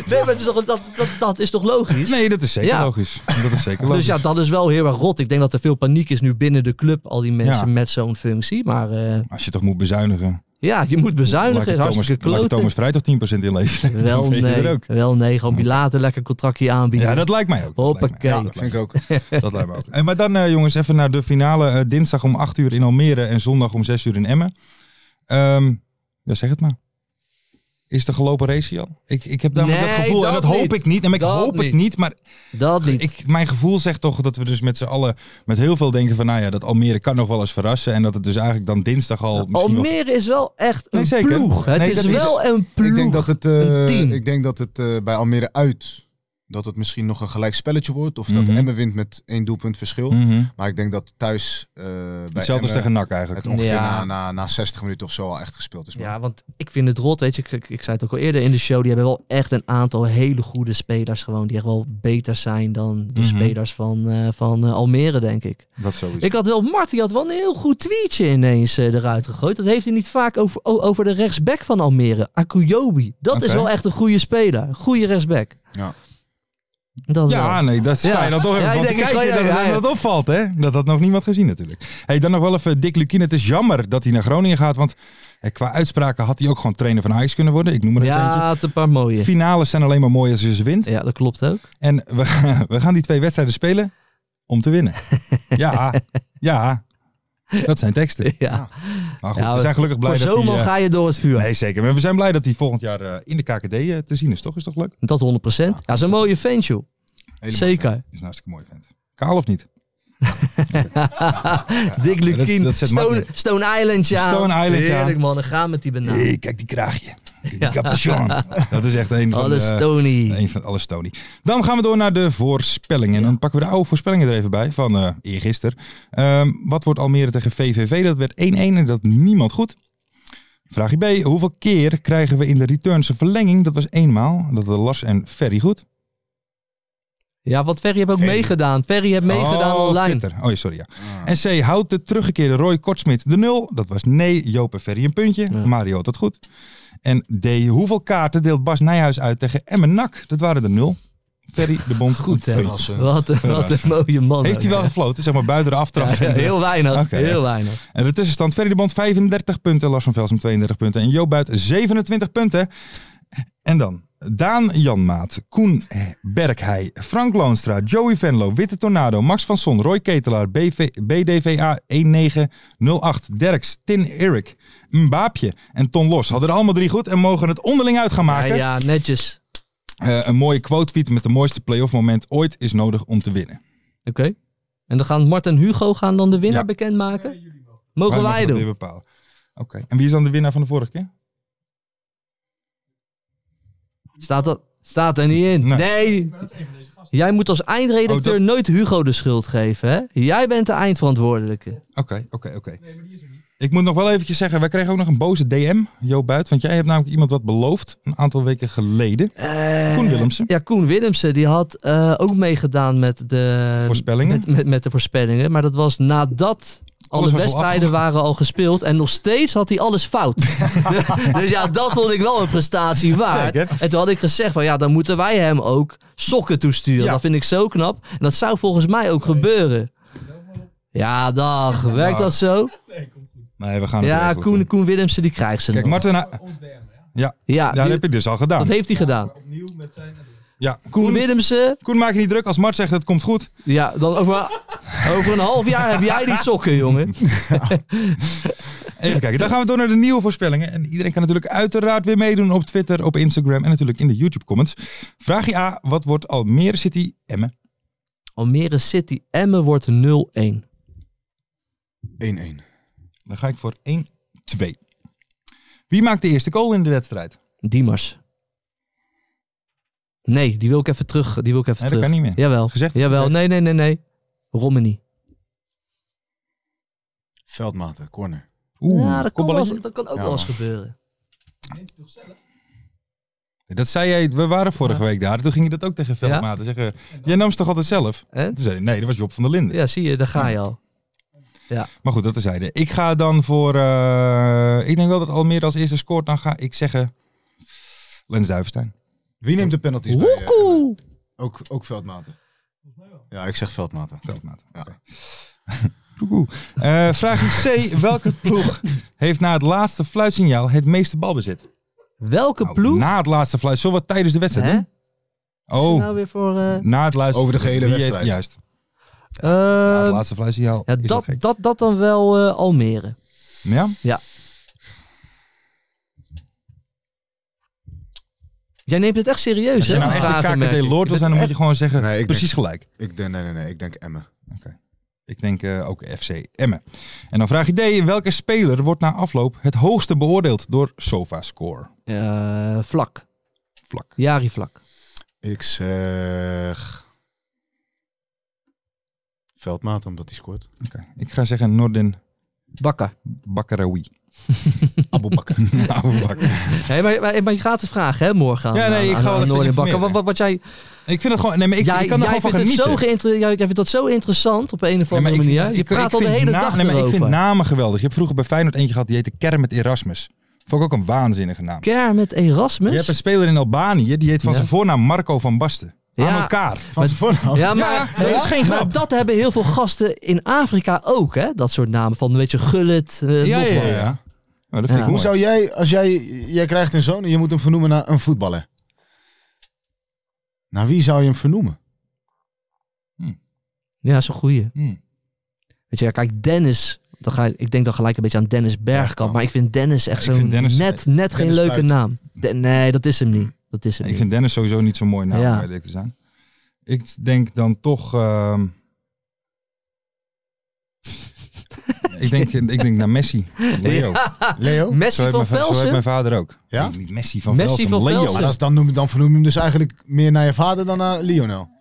nee, maar het is toch, dat, dat, dat is toch logisch?
Nee, dat is zeker
Ja.
logisch. Dat is zeker logisch.
Dus ja, dat is wel heel erg rot. Ik denk dat er veel paniek is nu binnen de club, al die mensen
Ja.
met zo'n functie. Maar eh,
Als je toch moet bezuinigen.
ja, je moet
laat
bezuinigen,
je
is hartstikke
Thomas, laat je
kloten.
Thomas Vrij toch 10% inleveren.
wel
Dan ben je er
nee,
ook.
wel nee, gewoon bilater lekker contractje aanbieden.
Ja, dat lijkt mij ook. Dat lijkt mij
Hoppakee.
Dat vind ik ook.
Dat lijkt me ook. En maar dan eh, jongens, even naar de finale. Eh, dinsdag om 8 uur in Almere en zondag om 6 uur in Emmen. Ehm, ja, zeg het maar. Is de gelopen race al? Ik, ik heb namelijk
Nee,
dat gevoel, en
dat
dat hoop
niet.
ik niet. En ik
Dat
hoop
niet.
het niet, maar
Dat niet.
ik, mijn gevoel zegt toch dat we dus met z'n allen met heel veel denken van... nou ja, dat Almere kan nog wel eens verrassen. En dat het dus eigenlijk dan dinsdag al misschien wel...
Almere is wel echt een
Nee, zeker.
ploeg.
Nee,
het
dat
is
is-
wel een ploeg.
Ik denk dat het, eh,
Een team.
ik denk dat het eh, bij Almere uit, dat het misschien nog een gelijk spelletje wordt. Of dat
Mhm.
Emmen wint met één doelpunt verschil.
Mhm.
Maar ik denk dat thuis eh bij
Hetzelfde als
Emmen
tegen NAC
het
eigenlijk.
ongeveer
Ja.
na, na, na 60 minuten of zo al echt gespeeld is.
Ja, want ik vind het rot, weet je. Ik, ik, ik zei het ook al eerder in de show. Die hebben wel echt een aantal hele goede spelers gewoon. Die echt wel beter zijn dan de
Mhm. Dus-
spelers van, eh, van eh, Almere, denk ik.
Dat sowieso.
Ik had wel, Marty had wel een heel goed tweetje ineens eh, eruit gegooid. Dat heeft hij niet vaak over, o- over de rechtsback van Almere. Akuyobi. Dat is
Oké.
wel echt een goede speler. Goede rechtsback.
Ja.
Dat wel.
Ja, nee, dat sta
Ja.
je dan toch even
Ja,
van
ik
te
denk, ik
kijken
gooi
dat,
daar-
dat, dat opvalt, hè? Dat had nog niemand gezien natuurlijk. Hey, dan nog wel even Dick Lukien. Het is jammer dat hij naar Groningen gaat, want eh, qua uitspraken had hij ook gewoon trainer van Ajax kunnen worden. Ik noem maar een
Ja,
eentje.
had een paar mooie.
Finales zijn alleen maar mooi als je ze wint.
Ja, dat klopt ook.
En we, we gaan die twee wedstrijden spelen om te winnen. ja, ja. Dat zijn teksten.
Ja.
Maar goed,
Ja,
we zijn gelukkig blij
Nou, Voor
dat
zomaar
hij... eh,
ga je door het vuur.
Nee, zeker. Maar we zijn blij dat hij volgend jaar eh, in de KKD eh, te zien is, toch? Is toch leuk?
Dat 100%. Ja, dat is een mooie vent, joh. Zeker.
Is een hartstikke mooi vent. Kaal of niet? dat-
Dick Lukien.
dat zet
Stone,
Martin.
Stone Island, ja.
Stone Island, ja.
Heerlijk, man. Dan gaan we met die banaan.
Hey, kijk die kraagje. Kijk die capuchon. Dat is echt een van
Alles
de...
Tony.
Een van alles Tony. Dan gaan we door naar de voorspellingen. En dan pakken we de oude voorspellingen er even bij van eh eergisteren. Ehm, wat wordt Almere tegen VVV? Dat werd 1-1 en dat niemand goed. Vraagje B. Hoeveel keer krijgen we in de returns een verlenging? Dat was eenmaal. Dat was Lars en Ferry goed.
Ja, want Ferry heeft ook
Ferry.
meegedaan. Ferry heeft meegedaan
oh,
online. Ah.
Twitter. Oh, sorry ja. En C. Houdt de teruggekeerde Roy Kortsmit de nul? Dat was nee. Joop en Ferry een puntje.
Ja.
Mario had dat goed. En D. Hoeveel kaarten deelt Bas Nijhuis uit tegen Emmen Nak? Dat waren de nul. Ferry de Bond.
Goed,
een
hè?
puntje.
Wat, een- wat een mooie man.
Heeft hij
ook,
wel
hè.
gefloten, zeg maar buiten de aftrap.
Ja,
en, de,
heel weinig,
Oké,
heel
ja.
weinig.
en de tussenstand, Ferry de Bond 35 punten, Lars van Velsen 32 punten en Joop Buit 27 punten. En dan Daan Janmaat, Koen Berghei, Frank Loonstra, Joey Venlo, Witte Tornado, Max van Son, Roy Ketelaar, BV, BDVA 1908, Derks, Tin Erik, Mbaapje en Ton Los hadden er allemaal drie goed en mogen het onderling uit gaan
Ja,
maken.
ja, netjes.
Eh, een mooie quote tweet met de mooiste playoff moment ooit is nodig om te winnen.
Oké. En dan gaan Mart en Hugo gaan dan de winnaar
Ja.
bekendmaken? Mogen
Wij
wij
mogen dat
doen?
weer bepalen. Oké. En wie is dan de winnaar van de vorige keer?
Staat, dat, staat er niet in.
Nee.
Nee. Jij moet als eindredacteur
Oh,
nooit Hugo de schuld geven, hè? Jij bent de eindverantwoordelijke.
Oké, oké, oké. Ik moet nog wel eventjes zeggen, wij kregen ook nog een boze DM, Jo Buit. Want jij hebt namelijk iemand wat beloofd, een aantal weken geleden.
Eh,
Koen Willemsen.
Ja, Koen Willemsen, die had eh, ook meegedaan met de...
Voorspellingen.
Met, met, met de voorspellingen. Maar dat was nadat Alle
Alles werd al
wedstrijden waren al gespeeld en nog steeds had hij alles fout. dus ja, dat vond ik wel een prestatie waard.
Zeker.
En toen had ik gezegd van ja, dan moeten wij hem ook sokken toesturen.
Ja.
Dat vind ik zo knap. En dat zou volgens mij ook gebeuren. Ja, dag. Werkt dat zo?
Nee, we gaan het
Ja,
regelen,
Koen, Koen Willemsen die krijgt ze
Kijk,
nog.
Martin... Ha-
Ja,
Ja, dat
die-
heb ik dus al gedaan.
dat heeft hij gedaan.
Ja.
Koen
Koen,
Willemsen,
Koen, maak je niet druk. Als Mart zegt het komt goed.
ja, dan over, over een half jaar heb jij die sokken, jongen.
Even kijken. Dan gaan we door naar de nieuwe voorspellingen. En iedereen kan natuurlijk uiteraard weer meedoen op Twitter, op Instagram en natuurlijk in de YouTube comments. Vraagje A. Wat wordt Almere City Emmen?
Almere City, Emmen wordt 0-1.
1-1.
Dan ga ik voor 1-2. Wie maakt de eerste goal in de wedstrijd?
Diemers. Nee, die wil ik even terug. Die wil ik even
Nee, dat
terug.
kan niet meer.
Jawel.
Gezegd,
Jawel.
gezegd.
Nee, nee, nee, nee. Romani.
Veldmaten, corner.
Oeh,
ja, dat kan, wel,
kopballetje.
eens- dat kan ook
Ja,
wel eens gebeuren.
Dat zei jij, we waren vorige week daar. Toen ging je dat ook tegen Veldmaten zeggen. Jij nam ze toch altijd zelf?
Hè?
Toen zei hij, nee, dat was Job van der Linden.
Ja, zie je, daar ga je al.
Nou, Maar goed, dat terzijde. Ik ga dan voor... eh, ik denk wel dat Almere als eerste scoort. Dan ga ik zeggen... Lens Duivenstein.
Wie neemt de penalties bij, eh,
Woekoe!
ook, ook veldmaten. Ja, ik zeg veldmaten.
Veldmaten.
Ja.
Oké. Doekoe. Eh, vraag C. Welke ploeg heeft na het laatste fluitsignaal het meeste balbezit?
Welke
Nou,
ploeg?
na het laatste fluit. Zullen we wat tijdens de wedstrijd
Hè?
doen?
Is er
Oh,
Nou weer voor, eh,
na het laatste...
Over de gehele
Wie heeft-
wedstrijd.
Juist. Na het
eh,
laatste fluitsignaal.
ja,
Nou, is
dat,
gek.
dat, dat dan wel eh, Almere.
Ja?
Jij neemt het echt serieus,
Als je
hè?
nou echt
vragen,
een
merk ik.
KKD Lord wil
Je
zijn,
bent
dan moet je
echt-
gewoon zeggen,
Nee, ik
precies gelijk.
Ik denk, nee, nee, nee, ik denk Emmen.
Ik denk eh, ook FC Emmen. En dan vraag je D, welke speler wordt na afloop het hoogste beoordeeld door SofaScore?
Eh, vlak.
Vlak.
Jari vlak.
Ik zeg... Veldmaten, omdat hij scoort.
Oké. Ik ga zeggen Nordin
Bakker.
Bakarawi.
Abu Bakr.
Nou, Bakker.
Hey, maar, maar, maar je gaat het vragen, hè, morgen. aan-
Ja, nee, ik ga
aan- aan
wel even
Noordin Bakker. Wat,
informeren.
wat, wat jij
ik vind het gewoon, nee, maar ik,
jij,
ik kan er
jij
gewoon van
vindt het
genieten.
zo geïnter- jij, jij vindt dat zo interessant op een of
Nee, maar
andere
ik-
manier.
ik-
Je
ik
praat al de
vind
hele
na-
dag
nee, maar ik vind
erover.
namen geweldig. Je hebt vroeger bij Feyenoord eentje gehad, die heette Kermit Erasmus. Vond ik ook een waanzinnige naam.
Kermit
Je
Erasmus?
hebt een speler in Albanië, die heet van
Ja.
zijn voornaam Marco van Basten. Aan
Ja.
elkaar.
Van zijn voornaam.
Ja, maar,
dat is geen
maar
grap.
dat hebben heel veel gasten in Afrika ook, hè? Dat soort namen van, weet je, Gullit, eh, nog wat.
Nou, dat vind ik
Ja.
mooi.
Hoe zou jij, als jij, jij krijgt een zoon en je moet hem vernoemen naar een voetballer. Naar wie zou je hem vernoemen?
Ja, dat is een goeie.
Hmm.
Weet je, ja, kijk, Dennis, dan ga, ik- ik denk dan gelijk een beetje aan Dennis Bergkamp,
Ja.
maar ik vind Dennis echt
Ja, ik
zo'n
vind Dennis-
net, net geen
Dennis
leuke
Buit.
naam. De- nee, dat is hem niet. Dat is hem
Ik
niet.
vind Dennis sowieso niet zo'n mooi naam
Ja.
om eerlijk te zijn. Ik denk dan toch... ehm, ik, denk, ik denk naar Messi. Leo.
Leo?
Zo
Ah, Messi
heeft mijn
van
va- zo heeft
Velsen?
mijn vader ook.
Ja?
Nee, niet Messi van
Messi
Velsen,
van
Leo.
Velsen.
Maar dat is, dan, noem, dan vernoem je hem dus eigenlijk meer naar je vader dan naar Lionel.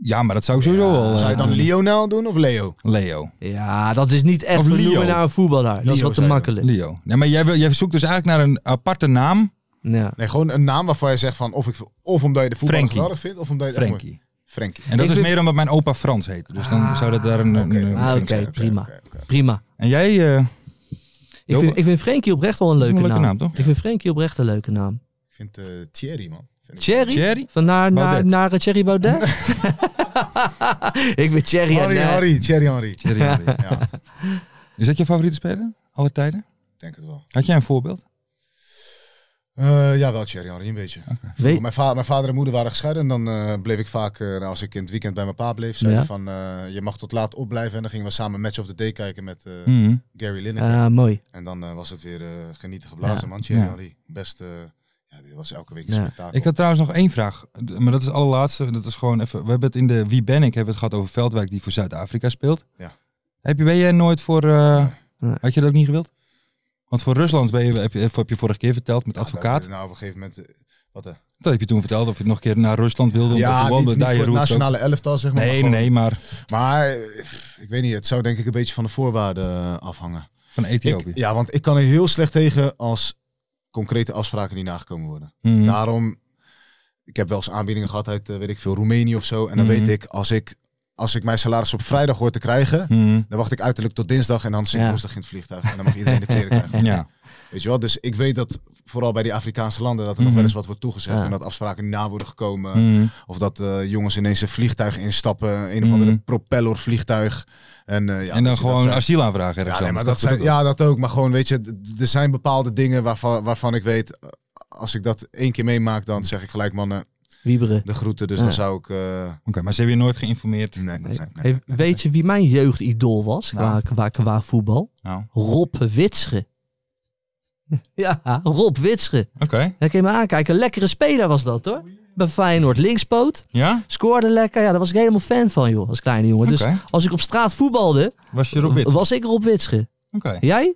Ja, maar dat zou ik sowieso wel... eh,
Zou je dan Lionel doen of Leo?
Leo.
Ja, dat is niet echt
Of Leo.
vernoemen naar een voetballer. dat
Leo,
is wat te
zei je.
makkelijk.
Leo. Nee, maar jij, wil, jij zoekt dus eigenlijk naar een aparte naam.
Ja.
Nee, gewoon een naam waarvan je zegt van of, ik, of omdat je de voetballer
Frankie.
geweldig vindt of omdat je het echt mooi-
Frankie.
Frankie.
En dat
Ik
is
vind-
meer omdat mijn opa Frans heet. Dus dan zou dat daar een... een-
oké.
een-
Ah, oké,
een-
prima.
Oké, oké.
Prima.
En jij... eh,
Ik
Joop-
vind, ik vind Frenkie oprecht wel een
is
leuke,
een leuke
naam.
naam, toch?
Ik vind Frenkie oprecht een leuke naam.
Ik vind eh, Thierry, man. Vind ik-
Thierry?
Thierry?
Van naar, naar,
Baudet.
naar eh, Thierry Baudet? ik ben Thierry.
Harry,
en, eh,
Harry, Thierry Henry.
Thierry Henry.
Ja, ik
Is dat je favoriete speler? Alle tijden?
denk het wel.
Had jij een voorbeeld?
Eh, ja, wel Thierry Henry, een beetje.
Weet-
Mijn, va- mijn vader en moeder waren gescheiden. En dan eh, bleef ik vaak, eh, nou, als ik in het weekend bij mijn pa bleef, zei
Ja.
hij van eh, je mag tot laat opblijven. En dan gingen we samen Match of the Day kijken met eh,
Mhm.
Gary Lineker.
Hm. Ah, mooi.
En dan eh, was het weer eh, genieten geblazen,
Ja.
man. Thierry
Ja.
Henry, best... eh, ja, dit was elke week een
Ja.
spektakel.
Ik had trouwens nog één vraag, d- maar dat is de allerlaatste. Dat is gewoon even. We hebben het in de Wie ben ik hebben we het gehad over Veldwijk die voor Zuid-Afrika speelt.
Ja.
Heb je, ben jij nooit voor. eh,
Nee.
Had je dat ook niet gewild? Want voor Rusland ben je, heb, je, heb je vorige keer verteld met
Ja,
advocaat.
dat- nou, op een gegeven moment... eh, wat eh,
Dat heb je toen verteld of je nog een keer naar Rusland wilde. om te
Ja,
voetballen,
niet, niet
daar
voor
je
het
roots ook-
nationale elftal, zeg maar.
Nee, nee,
maar
nee, maar
gewoon- Maar, eh, pff, ik weet niet, het zou denk ik een beetje van de voorwaarden eh, afhangen.
van
Ik-
Ethiopië.
ja, want ik kan er heel slecht tegen als concrete afspraken niet nagekomen worden.
Mhm.
Daarom, ik heb wel eens aanbiedingen gehad uit, eh, weet ik veel, Roemenië of zo. En dan
Mhm.
weet ik, als ik als ik mijn salaris op vrijdag hoor te krijgen,
Hmm.
dan wacht ik uiterlijk tot dinsdag en dan zit ik
Ja.
woensdag in het vliegtuig. En dan mag iedereen de kleren krijgen.
Ja.
Weet je wel? Dus ik weet dat vooral bij die Afrikaanse landen dat er nog
Mhm.
wel eens wat wordt toegezegd.
Ja.
En dat afspraken niet na worden gekomen.
Hmm.
Of dat eh, jongens ineens een vliegtuig instappen, een of
Mhm.
andere
Mm.
propellervliegtuig. En, eh, ja,
en dan
dat je dat
gewoon
zei.
asiel aanvragen ergens
Ja, nee, maar
anders.
dat
bedoel
zijn,
ik ook.
ja, dat ook. Maar gewoon, weet je, d- d- er zijn bepaalde dingen waarvan, waarvan ik weet, eh, als ik dat één keer meemaak, dan zeg ik gelijk mannen
Wieberen.
de groeten. Dus
Ja.
dan zou ik... eh,
Oké, maar ze hebben je nooit geïnformeerd.
nee, dat zijn, nee.
Hey, weet je wie mijn jeugdidool was qua,
Nou.
qua, qua voetbal?
Nou,
Rob Witsche. Ja, Rob Witsche.
oké.
Daar kun je me aankijken. Een lekkere speler was dat hoor. Bij Feyenoord linkspoot.
Ja?
Scoorde lekker. Ja, daar was ik helemaal fan van joh, als kleine jongen.
Oké.
Dus als ik op straat voetbalde,
Was je erop wit? Oké.
was ik Rob Witsche. Jij?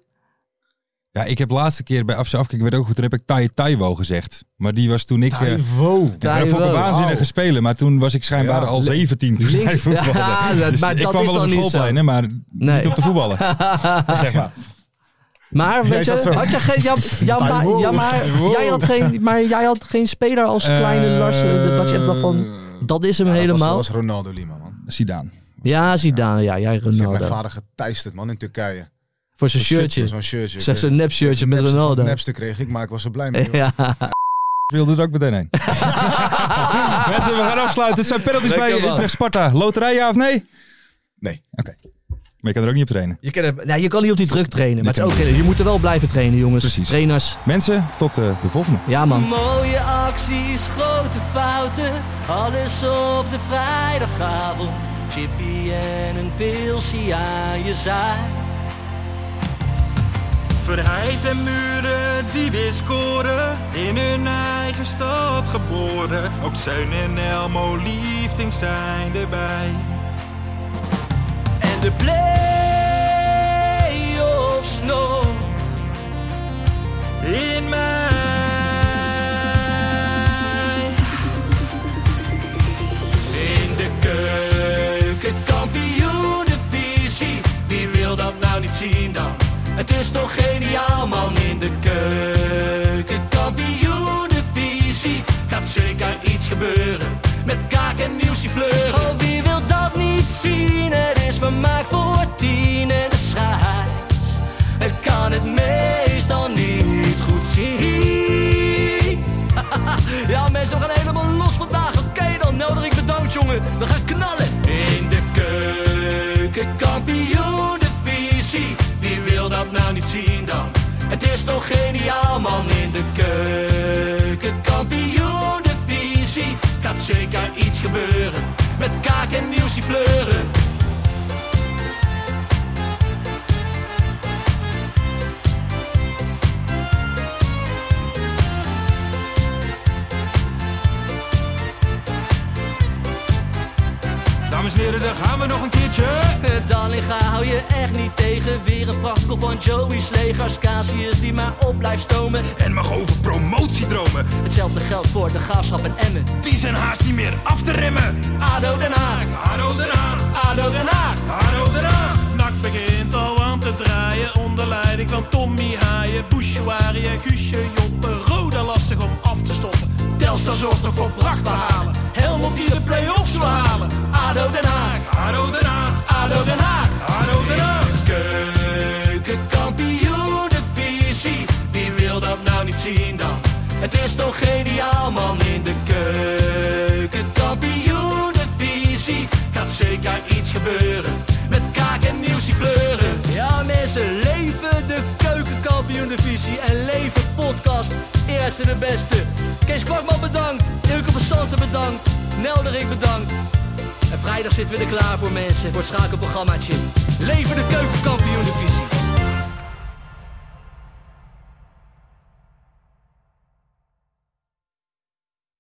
Ja, ik heb laatste keer bij Afse Afkik, ik weet ook goed, toen heb ik Tai Taiwo gezegd. Maar die was toen ik... eh,
Taiwo.
Ja, dat vond ik een
Taiwo.
waanzinnige speler, maar toen was ik schijnbaar
Ja,
al
li-
17 toen hij
links-
voetbalde.
Ja,
Dus
maar
ik
dat
kwam wel op
is dan
de
niet zo.
schoolplein, hè, maar
Nee.
niet op te voetballen. zeg maar.
Maar
Jij
weet je,
zat zo.
had je geen, ja, ja, maar,
Wow.
ja, maar, jij had geen, maar jij had geen speler als kleine
Eh,
Lars. eh, Dat je echt dacht van, dat is hem helemaal.
Dat was, Ronaldo Lima, man.
Zidane.
Ja, Zidane, ja, jij
Ik heb mijn
Ronaldo.
vader geteisterd, man, in Turkije.
Voor zijn
Zo'n
shirtje.
Zo'n shirtje.
Zeg zo'n nep shirtje met
Nepster-
Ronaldo.
Nepster kreeg ik, maar ik was er blij mee. joh.
Ja.
Wilde er ook meteen heen. Mensen, we gaan afsluiten. Het zijn penalties
Lekker
bij eh,
man.
Utrecht Sparta. Loterij ja of nee?
Nee.
Oké. Maar je kan er ook niet op trainen.
Je kan, er- nou, je kan niet op die druk trainen, maar het
Dat
is ook, je moet er wel blijven trainen, jongens.
Precies.
Trainers,
Mensen, tot eh, de volgende.
ja man.
Mooie acties, grote fouten, alles op de vrijdagavond. Chippy en een pilsie aan je zaai.
Verheid en muren die weer scoren, in hun eigen stad geboren. Ook Zeun en Elmo liefding zijn erbij.
En de play-offs nog
In mij.
in de keuken, kampioenenvisie. Wie wil dat nou niet zien dan? Het is toch geniaal man in de keuken, kampioenenvisie. Gaat zeker iets gebeuren met kaak en nieuwsie fleuren. Oh wie wil dat niet zien? Het is vermaakt voor tien en de scheids. Ik kan het meestal niet goed zien. Ja, mensen, we gaan helemaal los vandaag. Oké, dan nodig ik de dood, jongen. We gaan knallen. In de keuken, kampioen, de visie. Wie wil dat nou niet zien dan? Het is toch geniaal, man. In de keuken, kampioen, de visie. Gaat zeker iets gebeuren. Met kaak en nieuwsie fleuren.
Dames en heren, daar gaan we nog een keertje.
Dallinga hou je echt niet tegen. Weer een prachtkel van Joey's legers. Casius die maar op blijft stomen.
En mag over promotiedromen.
Hetzelfde geldt voor de graafschap en Emmen.
Die zijn haast niet meer af te remmen.
ADO Den Haag,
Haro eraan,
ADO Den Haag.
haro eraan.
Nak begint al aan te draaien onder leiding van Tommy Haaien, Bouchouari en Guusje Joppen. Roda lastig om af te stoppen.
Telstar zorgt nog voor pracht te halen. Helmond die de play-offs wil halen. ADO Den Haag,
Haro eraan,
ADO Den Haag.
haro eraan.
Keukenkampioenenvisie, wie wil dat nou niet zien dan? Het is toch geniaal man in de keukenkampioenenvisie. Gaat zeker iets gebeuren, met kaak en nieuwsie fleuren. Ja mensen, leven de keukenkampioenenvisie en leven podcast. Eerste de beste. Kees Kwakman bedankt, Ilke van Santen bedankt, Nelderik bedankt. En vrijdag zitten we er klaar voor mensen, voor het schakelprogrammaatje. Leven de keukenkampioen divisie.